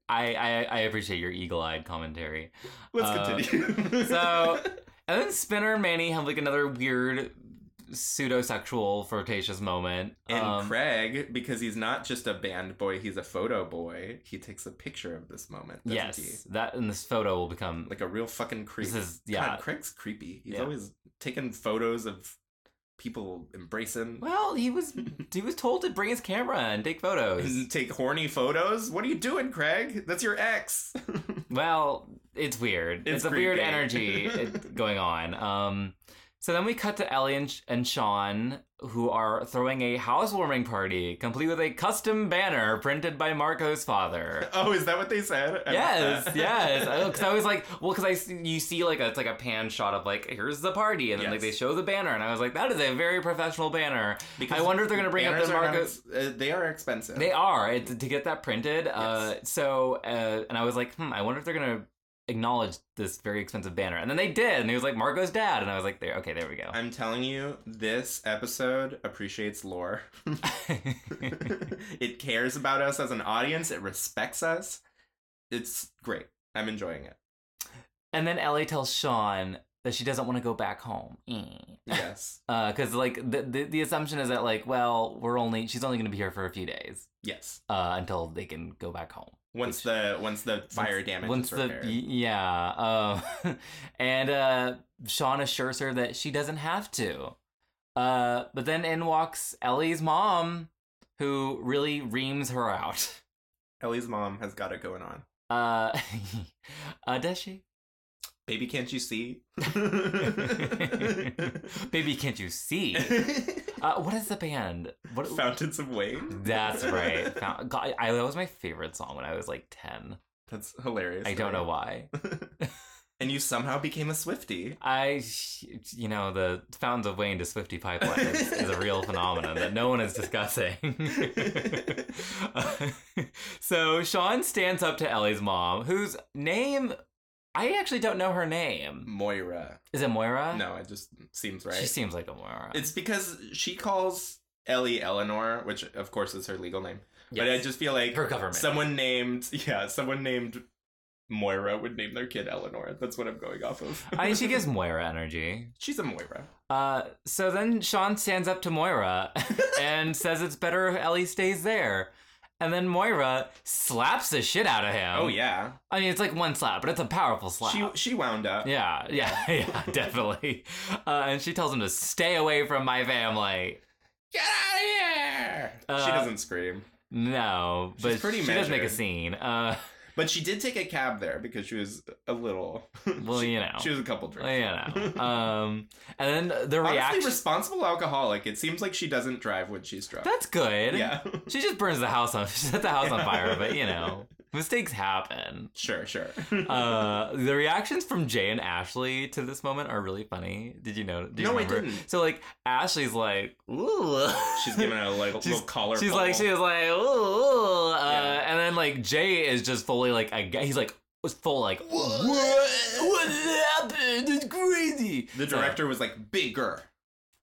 Speaker 1: I, I I appreciate your eagle-eyed commentary.
Speaker 2: Let's
Speaker 1: Uh,
Speaker 2: continue.
Speaker 1: so- And then Spinner and Manny have like another weird pseudo-sexual flirtatious moment.
Speaker 2: and
Speaker 1: Um,
Speaker 2: Craig, because he's not just a band boy, he's a photo boy. He takes a picture of this moment. doesn't
Speaker 1: yes,
Speaker 2: he?
Speaker 1: that and this photo will become.
Speaker 2: like a real fucking creep.
Speaker 1: This is yeah.
Speaker 2: God, Craig's creepy. He's
Speaker 1: Yeah.
Speaker 2: always taking photos of people embracing.
Speaker 1: Well, he was he was told to bring his camera and take photos.
Speaker 2: and take horny photos. What are you doing, Craig? That's your ex.
Speaker 1: well, it's weird. It's,
Speaker 2: It's
Speaker 1: a weird
Speaker 2: creepy.
Speaker 1: energy it- going on. Um, so then we cut to Ellie and, and Sean, who are throwing a housewarming party, complete with a custom banner printed by Marco's father.
Speaker 2: oh, is that what they said? I
Speaker 1: Yes,
Speaker 2: missed that.
Speaker 1: yes. Because I was like, well, because I see- you see like a, it's like a pan shot of like here's the party, and then like
Speaker 2: Yes.
Speaker 1: they show the banner, and I was like, that is a very professional banner.
Speaker 2: Because
Speaker 1: I wonder if they're gonna bring up
Speaker 2: banners
Speaker 1: the
Speaker 2: are not
Speaker 1: Marcos-
Speaker 2: ex- uh, they are expensive.
Speaker 1: They are it, to get that printed. Uh, so uh, and I was like, hmm, I wonder if they're gonna acknowledge this very expensive banner, and then they did, and he was like Marco's dad, and I was like, there, okay, there we go.
Speaker 2: I'm telling you, this episode appreciates lore. it cares about us as an audience. It respects us. It's great. I'm enjoying it.
Speaker 1: and then Ellie tells Sean that she doesn't want to go back home.
Speaker 2: Yes.
Speaker 1: Because like the, the the assumption is that like well we're only she's only gonna be here for a few days
Speaker 2: yes.
Speaker 1: uh, until they can go back home.
Speaker 2: Once the once the fire
Speaker 1: Once-
Speaker 2: damage
Speaker 1: once
Speaker 2: is
Speaker 1: the-
Speaker 2: repaired.
Speaker 1: y- yeah um, and uh sean assures her that she doesn't have to uh but then in walks ellie's mom who really reams her out
Speaker 2: Ellie's mom has got it going on.
Speaker 1: uh, uh does she
Speaker 2: Baby, can't you see?
Speaker 1: baby can't you see uh what is the band what
Speaker 2: Fountains of Wayne.
Speaker 1: that's right Found- God, I, that was my favorite song when i was like 10
Speaker 2: That's hilarious.
Speaker 1: i don't know
Speaker 2: right?
Speaker 1: why
Speaker 2: And you somehow became a Swifty.
Speaker 1: I, you know, the Fountains of Wayne to Swifty pipeline is, is a real phenomenon that no one is discussing. so Sean stands up to Ellie's mom, whose name I actually don't know her name.
Speaker 2: Moira.
Speaker 1: Is it Moira?
Speaker 2: No, it just seems right.
Speaker 1: Ah. she seems like a Moira.
Speaker 2: It's because she calls Ellie Eleanor, which of course is her legal name. But I
Speaker 1: Yes.
Speaker 2: just feel like
Speaker 1: her government.
Speaker 2: someone named yeah, someone named Moira would name their kid Eleanor. That's what I'm going off of.
Speaker 1: I mean, she gives Moira energy.
Speaker 2: She's a Moira.
Speaker 1: Uh, so then Sean stands up to Moira and says it's better if Ellie stays there. And then Moira slaps the shit out of him.
Speaker 2: oh yeah.
Speaker 1: I mean, it's like one slap, but it's a powerful slap.
Speaker 2: She she wound up.
Speaker 1: yeah, yeah, yeah, definitely. Uh, and she tells him to stay away from my family.
Speaker 2: Get out of here!
Speaker 1: Uh,
Speaker 2: she doesn't scream.
Speaker 1: No,
Speaker 2: She's
Speaker 1: but
Speaker 2: pretty
Speaker 1: she does make a
Speaker 2: measured.
Speaker 1: scene. Uh,
Speaker 2: But she did take a cab there because she was a little.
Speaker 1: Well,
Speaker 2: she,
Speaker 1: you know.
Speaker 2: she was a couple
Speaker 1: Well,
Speaker 2: drinks.
Speaker 1: you know. Um, and then the
Speaker 2: Honestly,
Speaker 1: reaction.
Speaker 2: responsible alcoholic. It seems like she doesn't drive when she's drunk.
Speaker 1: That's good.
Speaker 2: yeah.
Speaker 1: She just burns the house on. She set the house on fire, but you know, mistakes happen.
Speaker 2: sure, sure.
Speaker 1: Uh, the reactions from Jay and Ashley to this moment are really funny. Did you know? Did you
Speaker 2: no, I
Speaker 1: remember?
Speaker 2: didn't.
Speaker 1: So like Ashley's like, ooh.
Speaker 2: She's giving it a like,
Speaker 1: She's-
Speaker 2: little collar.
Speaker 1: She's like,
Speaker 2: pull.
Speaker 1: she's like, ooh, ooh, uh,
Speaker 2: Yeah.
Speaker 1: and then like Jay is just fully like, I guess, he's like, was full like,
Speaker 2: What?
Speaker 1: what? What happened? It's crazy.
Speaker 2: The director was like, bigger,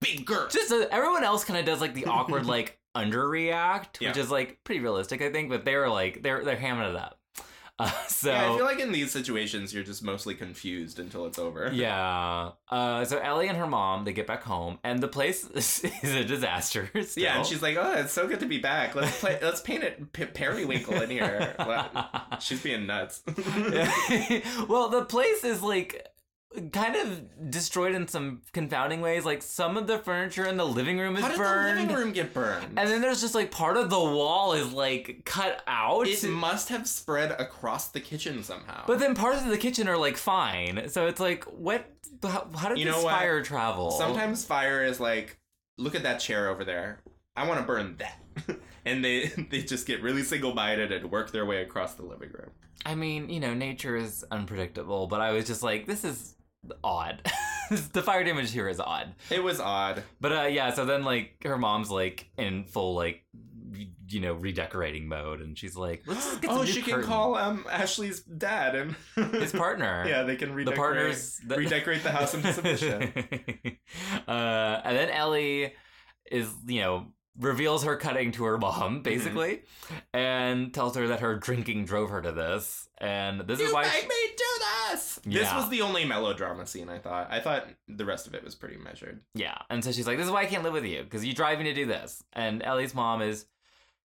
Speaker 2: bigger.
Speaker 1: uh, Just uh, everyone else kind of does like the awkward like underreact, which
Speaker 2: Yeah.
Speaker 1: is like pretty realistic, I think. But they're like, they're they're hamming it up. Uh, so
Speaker 2: yeah, I feel like in these situations, you're just mostly confused until it's over.
Speaker 1: Yeah. Uh, so Ellie and her mom they get back home, and the place is a disaster. Still.
Speaker 2: Yeah, and she's like, "Oh, it's so good to be back. Let's play. let's paint it p- periwinkle in here." Wow. She's being nuts.
Speaker 1: well, the place is like kind of destroyed in some confounding ways. Like some of the furniture in the living room is
Speaker 2: How did
Speaker 1: burned,
Speaker 2: the living room get burned?
Speaker 1: and then there's just like part of the wall is like cut out.
Speaker 2: it must have spread across the kitchen somehow.
Speaker 1: but then parts of the kitchen are like fine. So it's like what? How, how did
Speaker 2: You
Speaker 1: this
Speaker 2: know what?
Speaker 1: fire travel?
Speaker 2: sometimes fire is like, "Look at that chair over there. I want to burn that." and they they just get really single-minded and work their way across the living room.
Speaker 1: I mean, you know, nature is unpredictable, but I was just like, this is odd. This- the fire damage here is odd.
Speaker 2: It was odd.
Speaker 1: But uh, yeah, so then like her mom's like in full like y- you know redecorating mode, and she's like, let's just get some
Speaker 2: oh,
Speaker 1: new
Speaker 2: she can
Speaker 1: curtain."
Speaker 2: call um Ashley's dad and
Speaker 1: his partner.
Speaker 2: yeah, they can
Speaker 1: the
Speaker 2: redecorate
Speaker 1: partners the-
Speaker 2: redecorate the house into submission.
Speaker 1: uh, and then Ellie is you know reveals her cutting to her
Speaker 2: Mm-hmm.
Speaker 1: mom basically, and tells her that her drinking drove her to this, and this is why. she-
Speaker 2: me do this. This
Speaker 1: Yeah.
Speaker 2: was the only melodrama scene I thought. I thought the rest of it was pretty measured.
Speaker 1: Yeah. And so she's like, this is why I can't live with you because you drive me to do this. And Ellie's mom is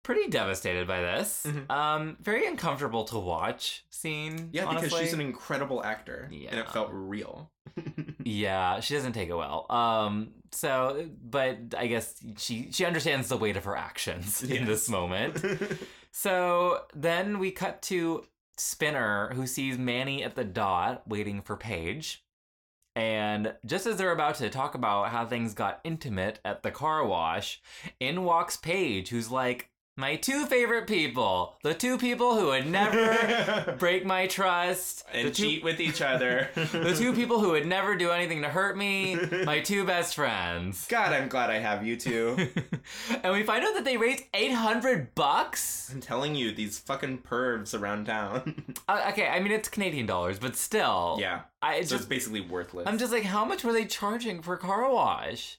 Speaker 1: pretty devastated by this.
Speaker 2: Mhm.
Speaker 1: Um, very uncomfortable to watch scene.
Speaker 2: Yeah, because she's an
Speaker 1: honestly.
Speaker 2: incredible actor, and it
Speaker 1: Yeah.
Speaker 2: felt real.
Speaker 1: Yeah, she doesn't take it well. Um, so, but I guess she she understands the weight of her actions in this moment. So then we cut to Spinner, who sees Manny at the dot waiting for Paige. And just as they're about to talk about how things got intimate at the car wash, in walks Paige, who's like, My two favorite people, the two people who would never break my trust, the
Speaker 2: and
Speaker 1: two-
Speaker 2: cheat with each other.
Speaker 1: the two people who would never do anything to hurt me, my two best friends.
Speaker 2: God, I'm glad I have you two.
Speaker 1: and we find out that they raised 800 bucks.
Speaker 2: I'm telling you, these fucking pervs around town.
Speaker 1: Uh, okay, I mean it's Canadian dollars, but still.
Speaker 2: yeah,
Speaker 1: I it's
Speaker 2: so it's
Speaker 1: just
Speaker 2: basically worthless.
Speaker 1: I'm just like, how much were they charging for car wash?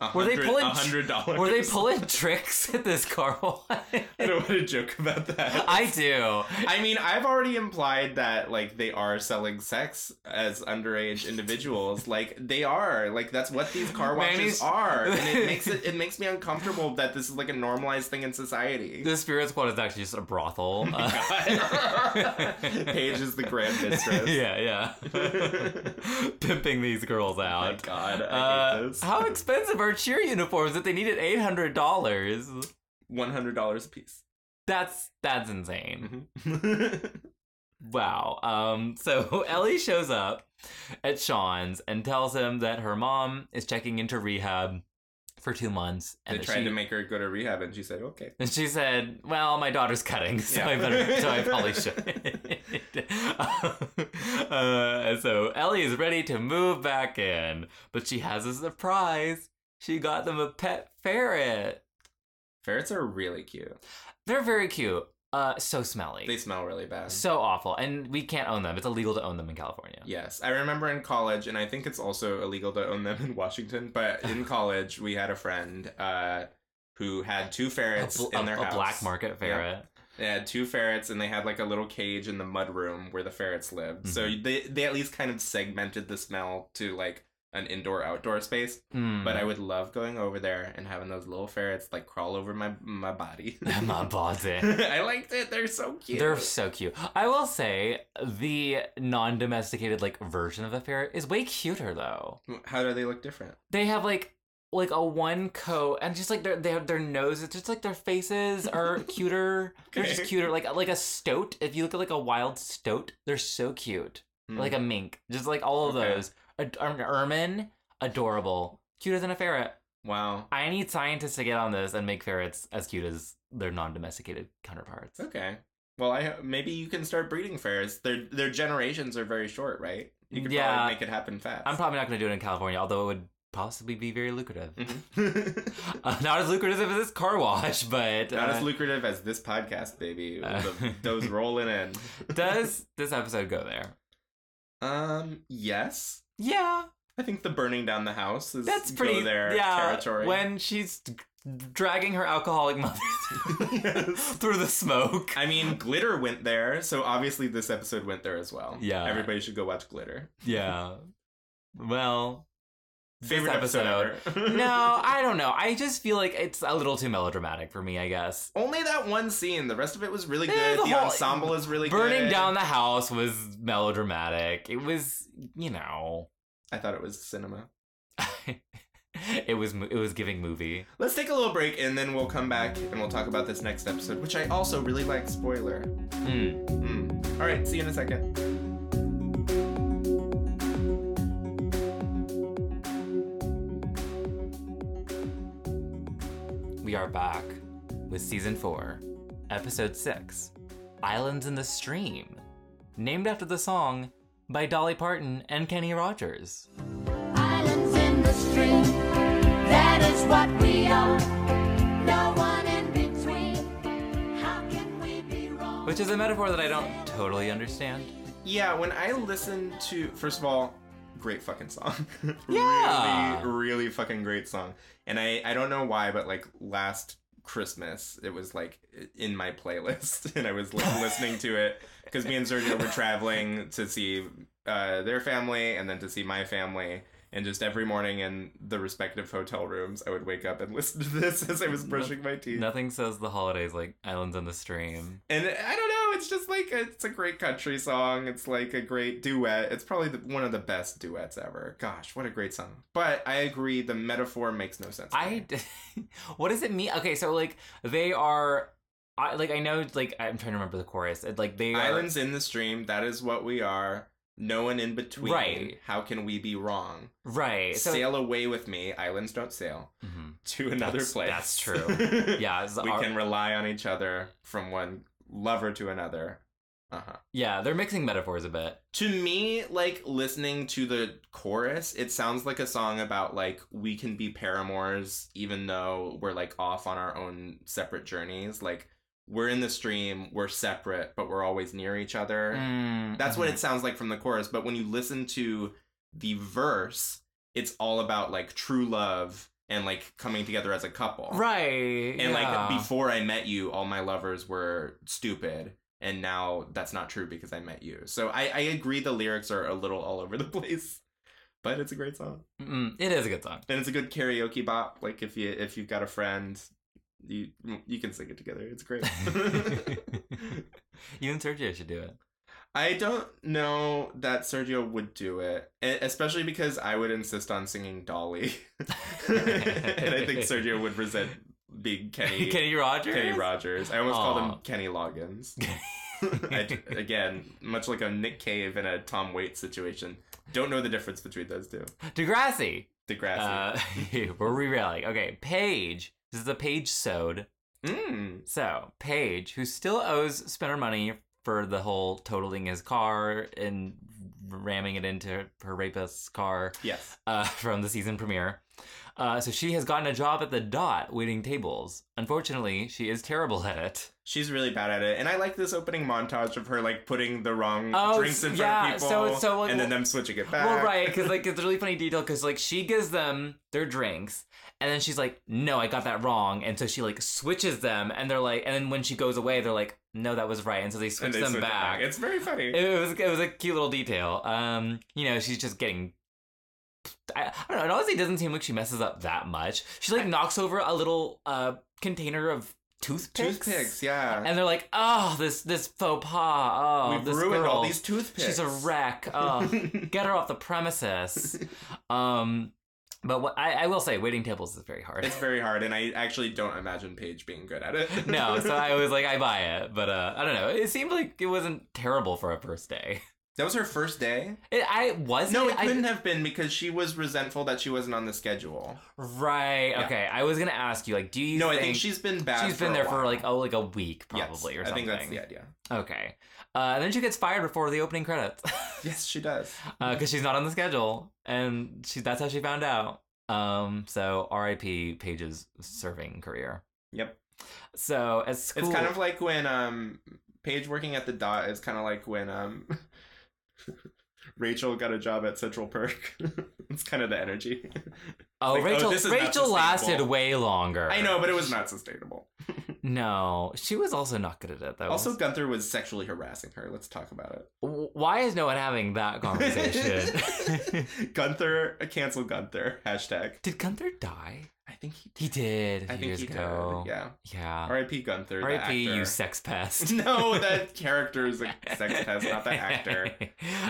Speaker 2: A
Speaker 1: were they
Speaker 2: hundred-
Speaker 1: pulling-
Speaker 2: a hundred dollars?
Speaker 1: Were they pulling tricks at this car wash?
Speaker 2: I don't want to joke about that.
Speaker 1: I do.
Speaker 2: I mean, I've already implied that like they are selling sex as underage individuals. Like they are. Like that's what these car washes
Speaker 1: Manny's-
Speaker 2: are, and it makes it it makes me uncomfortable that this is like a normalized thing in society.
Speaker 1: The Spirit Squad is actually just a brothel. Uh,
Speaker 2: Oh God. Paige is the grand mistress.
Speaker 1: yeah, yeah. Pimping these girls
Speaker 2: Oh my
Speaker 1: out.
Speaker 2: God, I hate
Speaker 1: Uh,
Speaker 2: this.
Speaker 1: how expensive are cheer uniforms that they needed eight hundred dollars?
Speaker 2: One hundred dollars a piece.
Speaker 1: That's that's insane.
Speaker 2: Mhm.
Speaker 1: Wow. Um, so Ellie shows up at Sean's and tells him that her mom is checking into rehab for two months. And
Speaker 2: they
Speaker 1: that
Speaker 2: tried
Speaker 1: she,
Speaker 2: to make her go to rehab, and she said, "Okay."
Speaker 1: and she said, "Well, my daughter's cutting, so I
Speaker 2: Yeah.
Speaker 1: better, so I probably should." uh, and so Ellie is ready to move back in, but she has a surprise. She got them a pet ferret.
Speaker 2: Ferrets are really cute.
Speaker 1: They're very cute. Uh, so smelly,
Speaker 2: They smell really bad.
Speaker 1: so awful, and we can't own them. It's illegal to own them in California.
Speaker 2: Yes, I remember in college, and I think it's also illegal to own them in Washington. But in college, we had a friend uh, who had two
Speaker 1: a,
Speaker 2: ferrets
Speaker 1: bl-
Speaker 2: in their
Speaker 1: a- a
Speaker 2: house.
Speaker 1: black market ferret.
Speaker 2: They had two ferrets, and they had like a little cage in the mud room where the ferrets lived. So
Speaker 1: Mm-hmm.
Speaker 2: they they at least kind of segmented the smell to like an indoor outdoor space.
Speaker 1: Mm.
Speaker 2: But I would love going over there and having those little ferrets like crawl over my my body.
Speaker 1: my body.
Speaker 2: I liked it. They're so cute.
Speaker 1: They're so cute. I will say the non-domesticated like version of a ferret is way cuter though.
Speaker 2: How do they look different?
Speaker 1: They have like like a one coat and just like their their, their noses just like their faces are cuter they're just
Speaker 2: Okay.
Speaker 1: cuter like like a stoat if you look at like a wild stoat they're so cute
Speaker 2: Hmm.
Speaker 1: like a mink just like all of
Speaker 2: Okay.
Speaker 1: those Ad- an ermine adorable cuter than a ferret
Speaker 2: wow.
Speaker 1: i need scientists to get on this and make ferrets as cute as their non-domesticated counterparts
Speaker 2: Okay. Well, I maybe you can start breeding ferrets. Their their generations are very short, right? You could
Speaker 1: Yeah.
Speaker 2: probably make it happen fast.
Speaker 1: i'm probably not going to do it in california although it would possibly be very lucrative
Speaker 2: Mhm.
Speaker 1: uh, not as lucrative as this car wash but
Speaker 2: Not
Speaker 1: uh,
Speaker 2: as lucrative as this podcast, baby.
Speaker 1: uh,
Speaker 2: The- those rolling in.
Speaker 1: does this episode go there
Speaker 2: Um. Yes.
Speaker 1: yeah
Speaker 2: I think the burning down the house is
Speaker 1: That's
Speaker 2: go
Speaker 1: pretty
Speaker 2: their
Speaker 1: yeah,
Speaker 2: territory.
Speaker 1: When she's d- dragging her alcoholic mother
Speaker 2: Yes.
Speaker 1: through the smoke.
Speaker 2: I mean, glitter went there, so obviously this episode went there as well.
Speaker 1: Yeah.
Speaker 2: everybody should go watch glitter.
Speaker 1: yeah. Well,
Speaker 2: Favorite episode, ever.
Speaker 1: no, I don't know. I just feel like it's a little too melodramatic for me, I guess.
Speaker 2: Only that one scene. The rest of it was really
Speaker 1: Yeah,
Speaker 2: good.
Speaker 1: Eh, the
Speaker 2: the
Speaker 1: whole-
Speaker 2: ensemble is really good.
Speaker 1: Burning down the house was melodramatic. It was, you know,
Speaker 2: I thought it was cinema.
Speaker 1: it was mo- it was giving movie.
Speaker 2: Let's take a little break and then we'll come back and we'll talk about this next episode, which I also really like. Spoiler.
Speaker 1: Mm.
Speaker 2: Mm. All right, see you in a second.
Speaker 1: We are back with season 4, episode 6, Islands in the Stream, named after the song by Dolly Parton and Kenny Rogers.
Speaker 3: Islands in the stream, that is what we are. No one in between. How can we be wrong?
Speaker 1: Which is a metaphor that I don't totally understand.
Speaker 2: Yeah, when I listened to, first of all, great fucking song.
Speaker 1: Yeah.
Speaker 2: Really, really fucking great song. And I, I don't know why, but like last Christmas, it was like in my playlist and I was like listening to it because me and Sergio were traveling to see uh, their family and then to see my family. And just every morning in the respective hotel rooms, I would wake up and listen to this as I was brushing my teeth.
Speaker 1: Nothing says the holidays like Islands in the Stream.
Speaker 2: And I don't know, it's just like it's a great country song. It's like a great duet. It's probably the, one of the best duets ever. Gosh, what a great song. But I agree the metaphor makes no sense. to
Speaker 1: I
Speaker 2: me.
Speaker 1: what does it mean? Okay, so like they are I like I know like I'm trying to remember the chorus. It, like they are
Speaker 2: Islands in the stream, that is what we are. No one in between.
Speaker 1: Right.
Speaker 2: How can we be wrong?
Speaker 1: right. So
Speaker 2: sail away with me. Islands don't sail.
Speaker 1: Mhm.
Speaker 2: To another
Speaker 1: That's-
Speaker 2: place.
Speaker 1: that's true. yeah, it's
Speaker 2: we
Speaker 1: our-
Speaker 2: can rely on each other from one lover to another. Uh-huh.
Speaker 1: yeah, they're mixing metaphors a bit.
Speaker 2: to me like listening to the chorus it sounds like a song about like we can be paramours even though we're like off on our own separate journeys like we're in the stream we're separate but we're always near each other
Speaker 1: Mm,
Speaker 2: that's
Speaker 1: mm-hmm.
Speaker 2: what it sounds like from the chorus but when you listen to the verse it's all about like true love and like coming together as a couple
Speaker 1: mm-hmm. Right. yeah.
Speaker 2: and like before I met you, all my lovers were stupid, and now that's not true because I met you. So I, I agree the lyrics are a little all over the place, but it's a great song
Speaker 1: Mm, it is a good song.
Speaker 2: and it's a good karaoke bop. Like if you if you've got a friend, you you can sing it together. It's great.
Speaker 1: you and Sergio should do it.
Speaker 2: I don't know that Sergio would do it, e- especially because I would insist on singing Dolly, and I think Sergio would resent being Kenny.
Speaker 1: Kenny Rogers.
Speaker 2: Kenny Rogers. I almost called
Speaker 1: Aw.
Speaker 2: him Kenny Loggins. I d again, much like a Nick Cave and a Tom Waits situation, don't know the difference between those two.
Speaker 1: Degrassi.
Speaker 2: Degrassi.
Speaker 1: Uh, we're rerailing. Okay, Paige. This is a Paige sewed.
Speaker 2: mm.
Speaker 1: So Paige, who still owes Spinner money for the whole totaling his car and ramming it into her rapist's car
Speaker 2: Yes.
Speaker 1: uh, from the season premiere. Uh, so she has gotten a job at the dot waiting tables. Unfortunately, she is terrible at it.
Speaker 2: She's really bad at it, and I like this opening montage of her like putting the wrong
Speaker 1: Oh,
Speaker 2: drinks in
Speaker 1: yeah,
Speaker 2: front of
Speaker 1: so-
Speaker 2: people,
Speaker 1: so, like,
Speaker 2: and then them switching it back.
Speaker 1: Well, right, because like it's a really funny detail because like she gives them their drinks, and then she's like, "No, I got that wrong," and so she like switches them, and they're like, and then when she goes away, they're like, "No, that was right," and so they switch
Speaker 2: and they
Speaker 1: them
Speaker 2: switch it
Speaker 1: back.
Speaker 2: It's very funny.
Speaker 1: It was it was a cute little detail. Um, you know, she's just getting. I, I don't know. It honestly doesn't seem like she messes up that much. She like knocks over a little uh container of toothpicks.
Speaker 2: toothpicks, yeah.
Speaker 1: And they're like, "Oh, this this faux pas. Oh,
Speaker 2: We've
Speaker 1: this
Speaker 2: ruined all
Speaker 1: girl.
Speaker 2: these toothpicks.
Speaker 1: She's a wreck. Oh, get her off the premises. Um, But what I, I will say, waiting tables is very hard.
Speaker 2: It's very hard, and I actually don't imagine Paige being good at it.
Speaker 1: no, so I was like, I buy it, but uh, I don't know. It seemed like it wasn't terrible for a first day.
Speaker 2: that was her first day.
Speaker 1: It, I was
Speaker 2: No,
Speaker 1: it,
Speaker 2: it
Speaker 1: I-
Speaker 2: couldn't have been because she was resentful that she wasn't on the schedule.
Speaker 1: right.
Speaker 2: Yeah.
Speaker 1: Okay, I was gonna ask you, like, do you?
Speaker 2: no,
Speaker 1: think
Speaker 2: I think she's been bad.
Speaker 1: she's been
Speaker 2: a
Speaker 1: there for
Speaker 2: while.
Speaker 1: like oh, like a week
Speaker 2: Yes,
Speaker 1: probably or something.
Speaker 2: I think that's the idea.
Speaker 1: Okay, uh, and then she gets fired before the opening credits
Speaker 2: Yes, she does.
Speaker 1: because she's not on the schedule, and she that's how she found out. Um, so R.I.P. Paige's serving career.
Speaker 2: Yep.
Speaker 1: So as school,
Speaker 2: It's kind of like when um Paige working at the dot is kind of like when um Rachel got a job at Central Perk. it's kind of the energy.
Speaker 1: oh,
Speaker 2: like, oh,
Speaker 1: Rachel.
Speaker 2: this is not
Speaker 1: Rachel lasted
Speaker 2: sustainable.
Speaker 1: way longer.
Speaker 2: I know, but it was not sustainable.
Speaker 1: No, she was also not good at it though.
Speaker 2: Also, Gunther was sexually harassing her. Let's talk about it.
Speaker 1: W- why is no one having that conversation?
Speaker 2: Gunther, cancel Gunther. Hashtag.
Speaker 1: did Gunther die?
Speaker 2: I think he.
Speaker 1: He did.
Speaker 2: I think
Speaker 1: years
Speaker 2: he
Speaker 1: ago.
Speaker 2: did. Yeah.
Speaker 1: Yeah.
Speaker 2: R.I.P. Gunther. the
Speaker 1: R.I.P. You
Speaker 2: actor.
Speaker 1: sex pest.
Speaker 2: No, that character is a sex pest, not the actor.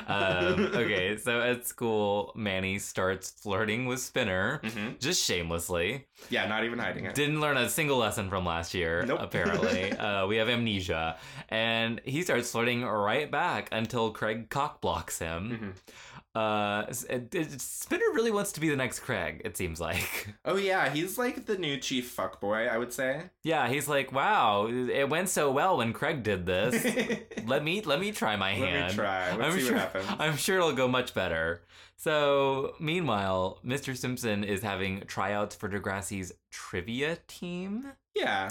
Speaker 1: um, okay, so at school, Manny starts flirting with Spinner,
Speaker 2: hmm
Speaker 1: just shamelessly.
Speaker 2: Yeah, not even hiding it.
Speaker 1: Didn't learn a single lesson from last year,
Speaker 2: Nope.
Speaker 1: apparently. uh, we have amnesia. And he starts flirting right back until Craig cock blocks him.
Speaker 2: hmm
Speaker 1: Uh, s- it- it- Spinner really wants to be the next Craig, it seems like.
Speaker 2: Oh yeah, he's like the new chief fuckboy, I would say.
Speaker 1: Yeah, he's like, wow, it went so well when Craig did this.
Speaker 2: Let
Speaker 1: let me let me try my hand.
Speaker 2: me try. Let's
Speaker 1: I'm
Speaker 2: see
Speaker 1: sure-
Speaker 2: what happens.
Speaker 1: I'm sure it'll go much better. So, meanwhile, Mr. Simpson is having tryouts for Degrassi's trivia team,
Speaker 2: Yeah.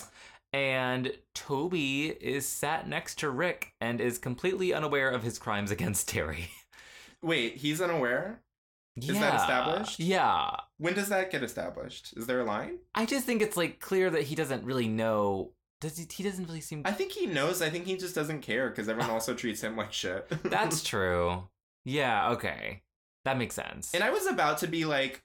Speaker 1: and Toby is sat next to Rick and is completely unaware of his crimes against Terry.
Speaker 2: Wait, he's unaware? that established?
Speaker 1: Yeah.
Speaker 2: When does that get established? Is there a line?
Speaker 1: I just think it's like clear that he doesn't really know. Does he, he doesn't really seem
Speaker 2: I think he knows. I think he just doesn't care because everyone also treats him like shit.
Speaker 1: That's true. Yeah, okay. That makes sense.
Speaker 2: And I was about to be like,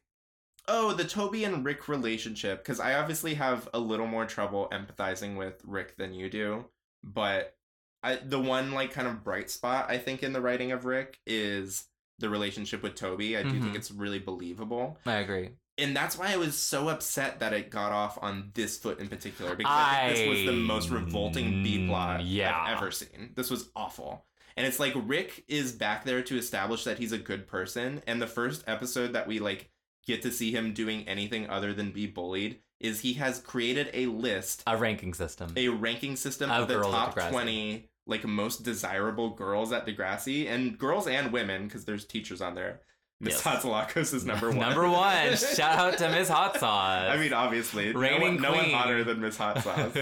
Speaker 2: oh, the Toby and Rick relationship, because I obviously have a little more trouble empathizing with Rick than you do. But I, the one, like, kind of bright spot, I think, in the writing of Rick is the relationship with Toby. I do
Speaker 1: Mhm.
Speaker 2: think it's really believable.
Speaker 1: I agree.
Speaker 2: And that's why I was so upset that it got off on this foot in particular, because I, think this was the most revolting B plot
Speaker 1: Mm, yeah.
Speaker 2: I've ever seen. This was awful. And it's like Rick is back there to establish that he's a good person. And the first episode that we like get to see him doing anything other than be bullied is he has created a list,
Speaker 1: A ranking system.
Speaker 2: a ranking system of,
Speaker 1: Of
Speaker 2: the
Speaker 1: girls at
Speaker 2: top
Speaker 1: Degrassi.
Speaker 2: 20 like most desirable girls at Degrassi and girls and women because there's teachers on there. Miss
Speaker 1: Yes.
Speaker 2: Hatsalakos is number one.
Speaker 1: Number one. Shout out to Miss Hot Sauce.
Speaker 2: I mean, obviously, no
Speaker 1: Reigning
Speaker 2: one- no one,
Speaker 1: queen.
Speaker 2: hotter than Miss Hot Sauce.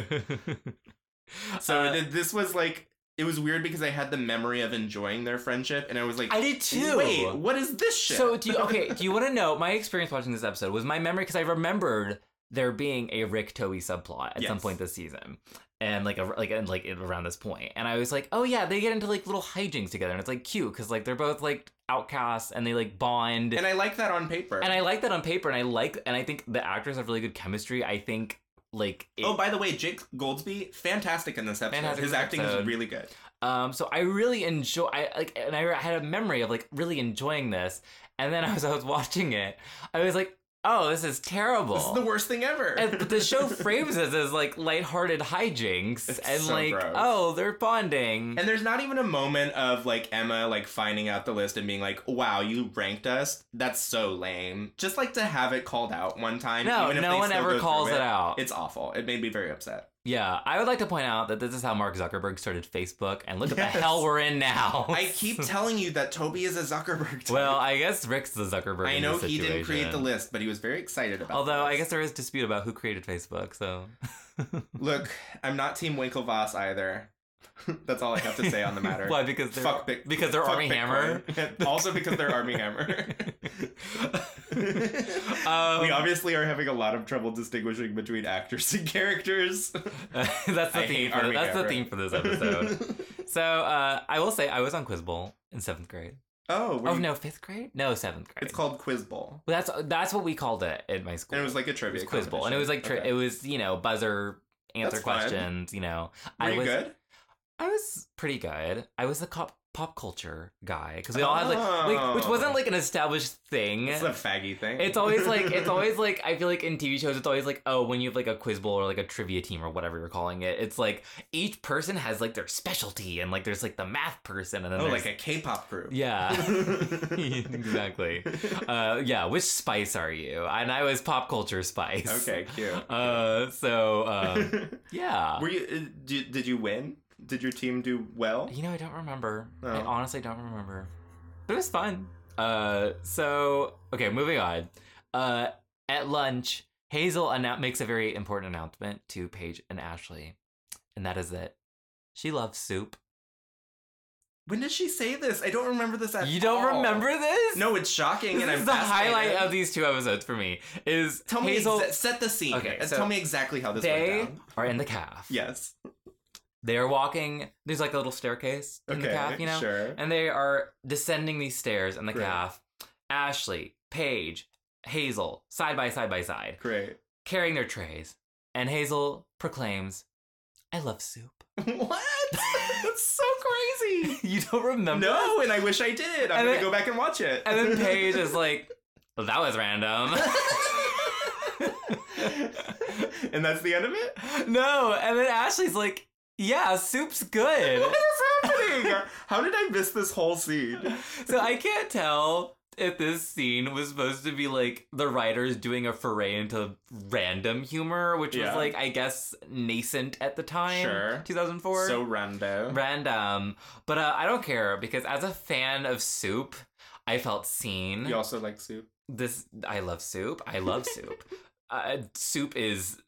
Speaker 2: so
Speaker 1: Uh,
Speaker 2: th- this was like, it was weird because I had the memory of enjoying their friendship, and I was like,
Speaker 1: I did too.
Speaker 2: Wait, what is this shit?
Speaker 1: so do you okay, do you want to know my experience watching this episode was my memory because I remembered there being a Rick Toei subplot at some
Speaker 2: Yes.
Speaker 1: point this season. And like a, like and like around this point, and I was like, oh yeah, they get into like little hijinks together, and it's like cute because like they're both like outcasts and they like bond.
Speaker 2: and I like that on paper.
Speaker 1: And I like that on paper, and I like, and I think the actors have really good chemistry. I think, like, it-
Speaker 2: oh, by the way, Jake Goldsby, fantastic in this episode.
Speaker 1: Fantastic in
Speaker 2: His
Speaker 1: this
Speaker 2: acting
Speaker 1: episode.
Speaker 2: is really good.
Speaker 1: um, so I really enjoy, I like, and I had a memory of like really enjoying this, and then as I was watching it, I was like, oh, this is terrible.
Speaker 2: This is the worst thing ever.
Speaker 1: and, but the show frames us as like lighthearted hijinks,
Speaker 2: It's
Speaker 1: and
Speaker 2: so
Speaker 1: like,
Speaker 2: gross.
Speaker 1: oh, they're bonding.
Speaker 2: And there's not even a moment of like Emma like finding out the list and being like, "Wow, you ranked us. That's so lame." Just like to have it called out one time.
Speaker 1: no,
Speaker 2: even if
Speaker 1: no
Speaker 2: they
Speaker 1: one
Speaker 2: still go
Speaker 1: ever
Speaker 2: through
Speaker 1: calls it,
Speaker 2: it
Speaker 1: out.
Speaker 2: It's awful. It made me very upset.
Speaker 1: yeah, I would like to point out that this is how Mark Zuckerberg started Facebook, and look at
Speaker 2: Yes.
Speaker 1: the hell we're in now.
Speaker 2: I keep telling you that Toby is a Zuckerberg. type.
Speaker 1: Well, I guess Rick's the Zuckerberg.
Speaker 2: I
Speaker 1: in
Speaker 2: know
Speaker 1: this
Speaker 2: he didn't create the
Speaker 1: situation.
Speaker 2: list, but he was very excited about.
Speaker 1: Although
Speaker 2: the
Speaker 1: I guess
Speaker 2: list.
Speaker 1: there is dispute about who created Facebook. So
Speaker 2: look, I'm not Team Winklevoss either. That's all I have to say on the matter.
Speaker 1: Why? Because they're
Speaker 2: Fuck Bit-
Speaker 1: because they're
Speaker 2: fuck
Speaker 1: Army Hammer.
Speaker 2: Bitcoin. also because they're Army Hammer.
Speaker 1: Um,
Speaker 2: we obviously are having a lot of trouble distinguishing between actors and characters.
Speaker 1: that's the theme.
Speaker 2: I hate
Speaker 1: For,
Speaker 2: Army
Speaker 1: that's the
Speaker 2: Hammer.
Speaker 1: theme for this episode. so uh, I will say I was on Quiz Bowl in seventh grade.
Speaker 2: oh, were
Speaker 1: Oh
Speaker 2: you-
Speaker 1: no, fifth grade? No, seventh grade.
Speaker 2: It's called Quiz Bowl.
Speaker 1: Well, that's that's what we called it at my school.
Speaker 2: And it was like a
Speaker 1: It was
Speaker 2: trivia
Speaker 1: Quiz Bowl, and it was like tri-
Speaker 2: competition.
Speaker 1: it was you know buzzer answer
Speaker 2: That's fun.
Speaker 1: questions. You know,
Speaker 2: Okay. Were
Speaker 1: I
Speaker 2: you
Speaker 1: was
Speaker 2: good?
Speaker 1: I was pretty good. I was the cop pop culture guy because we all had like, like, which wasn't like an established thing.
Speaker 2: Oh. It's a faggy thing.
Speaker 1: It's always like it's always like I feel like in TV shows it's always like oh when you have like a quiz bowl or like a trivia team or whatever you're calling it it's like each person has like their specialty and like there's like the math person and then
Speaker 2: oh,
Speaker 1: there's
Speaker 2: like a K-pop group.
Speaker 1: yeah exactly uh yeah which spice are you and I was pop culture spice
Speaker 2: okay, cute.
Speaker 1: uh so um, yeah
Speaker 2: Were you? uh, Did, did you win? Did your team do well?
Speaker 1: You know, I don't remember. I
Speaker 2: Oh.
Speaker 1: honestly don't remember. But it was fun. Uh, so okay, moving on. Uh, at lunch, Hazel annou- makes a very important announcement to Paige and Ashley, and that is that she loves soup.
Speaker 2: When did she say this? I don't remember this at
Speaker 1: You don't
Speaker 2: all.
Speaker 1: remember this?
Speaker 2: No, it's shocking,
Speaker 1: this
Speaker 2: and
Speaker 1: is
Speaker 2: I'm
Speaker 1: the
Speaker 2: fascinated.
Speaker 1: highlight of these two episodes for me. Is
Speaker 2: Tell me,
Speaker 1: Hazel
Speaker 2: exa- set the scene.
Speaker 1: Okay,
Speaker 2: Uh,
Speaker 1: so
Speaker 2: tell me exactly how this
Speaker 1: they
Speaker 2: went down.
Speaker 1: are in the calf.
Speaker 2: Yes.
Speaker 1: they're walking. There's like a little staircase in
Speaker 2: Okay.
Speaker 1: the calf, you know.
Speaker 2: Sure.
Speaker 1: and they are descending these stairs in the
Speaker 2: Great.
Speaker 1: calf. Ashley, Paige, Hazel, side by side by side,
Speaker 2: Great.
Speaker 1: carrying their trays. And Hazel proclaims, I love soup.
Speaker 2: What? That's so crazy.
Speaker 1: you don't remember?
Speaker 2: No, and I wish I did. I'm
Speaker 1: And
Speaker 2: gonna
Speaker 1: then-
Speaker 2: go back and watch it.
Speaker 1: And then Paige is like, well, that was random.
Speaker 2: and that's the end of it.
Speaker 1: no. And then Ashley's like, yeah, soup's good.
Speaker 2: What is happening? How did I miss this whole scene?
Speaker 1: so I can't tell if this scene was supposed to be like the writers doing a foray into random humor, which
Speaker 2: Yeah.
Speaker 1: was like I guess nascent at the time,
Speaker 2: Sure.
Speaker 1: 2004,
Speaker 2: so rando.
Speaker 1: random. But uh, I don't care because as a fan of soup, I felt seen.
Speaker 2: You also like soup.
Speaker 1: This I love soup. I love soup. uh, soup is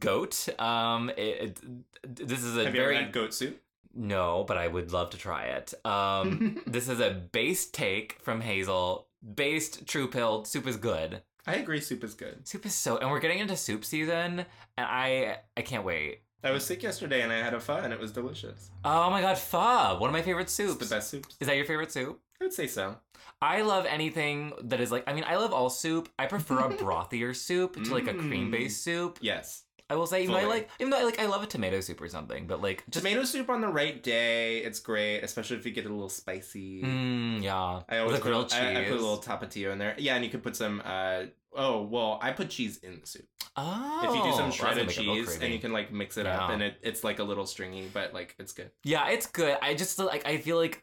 Speaker 1: goat. Um, it, it- this is a
Speaker 2: Have you
Speaker 1: very
Speaker 2: ever had goat soup?
Speaker 1: no, but I would love to try it. Um this is a based take from Hazel. Based true pill. Soup is good.
Speaker 2: I agree, soup is good.
Speaker 1: Soup is so, and we're getting into soup season, and I I can't wait.
Speaker 2: I was sick yesterday and I had a pho and it was delicious.
Speaker 1: Oh my god, pho! One of my favorite
Speaker 2: It's
Speaker 1: soups.
Speaker 2: the best soups.
Speaker 1: Is that your favorite soup?
Speaker 2: I would say so.
Speaker 1: I love anything that is like. I mean, I love all soup. I prefer a brothier soup to like a
Speaker 2: Mm.
Speaker 1: cream based soup.
Speaker 2: Yes.
Speaker 1: I will say, even though I
Speaker 2: Fully.
Speaker 1: like, even though I like, I love a tomato soup or something, but like just.
Speaker 2: Tomato soup on the right day, it's great, especially if you get it a little spicy.
Speaker 1: Mm, yeah.
Speaker 2: I
Speaker 1: With
Speaker 2: always
Speaker 1: a grilled
Speaker 2: put,
Speaker 1: cheese.
Speaker 2: I, I put a little tapatio in there. Yeah, and you could put some. Uh, oh well, I put cheese in the soup.
Speaker 1: oh,
Speaker 2: if you do
Speaker 1: well,
Speaker 2: some
Speaker 1: that's gonna
Speaker 2: shredded
Speaker 1: make it real
Speaker 2: cheese and
Speaker 1: creamy.
Speaker 2: you can like mix it up,
Speaker 1: Yeah.
Speaker 2: and it, it's like a little stringy, but like it's good.
Speaker 1: Yeah, it's good. I just like I feel like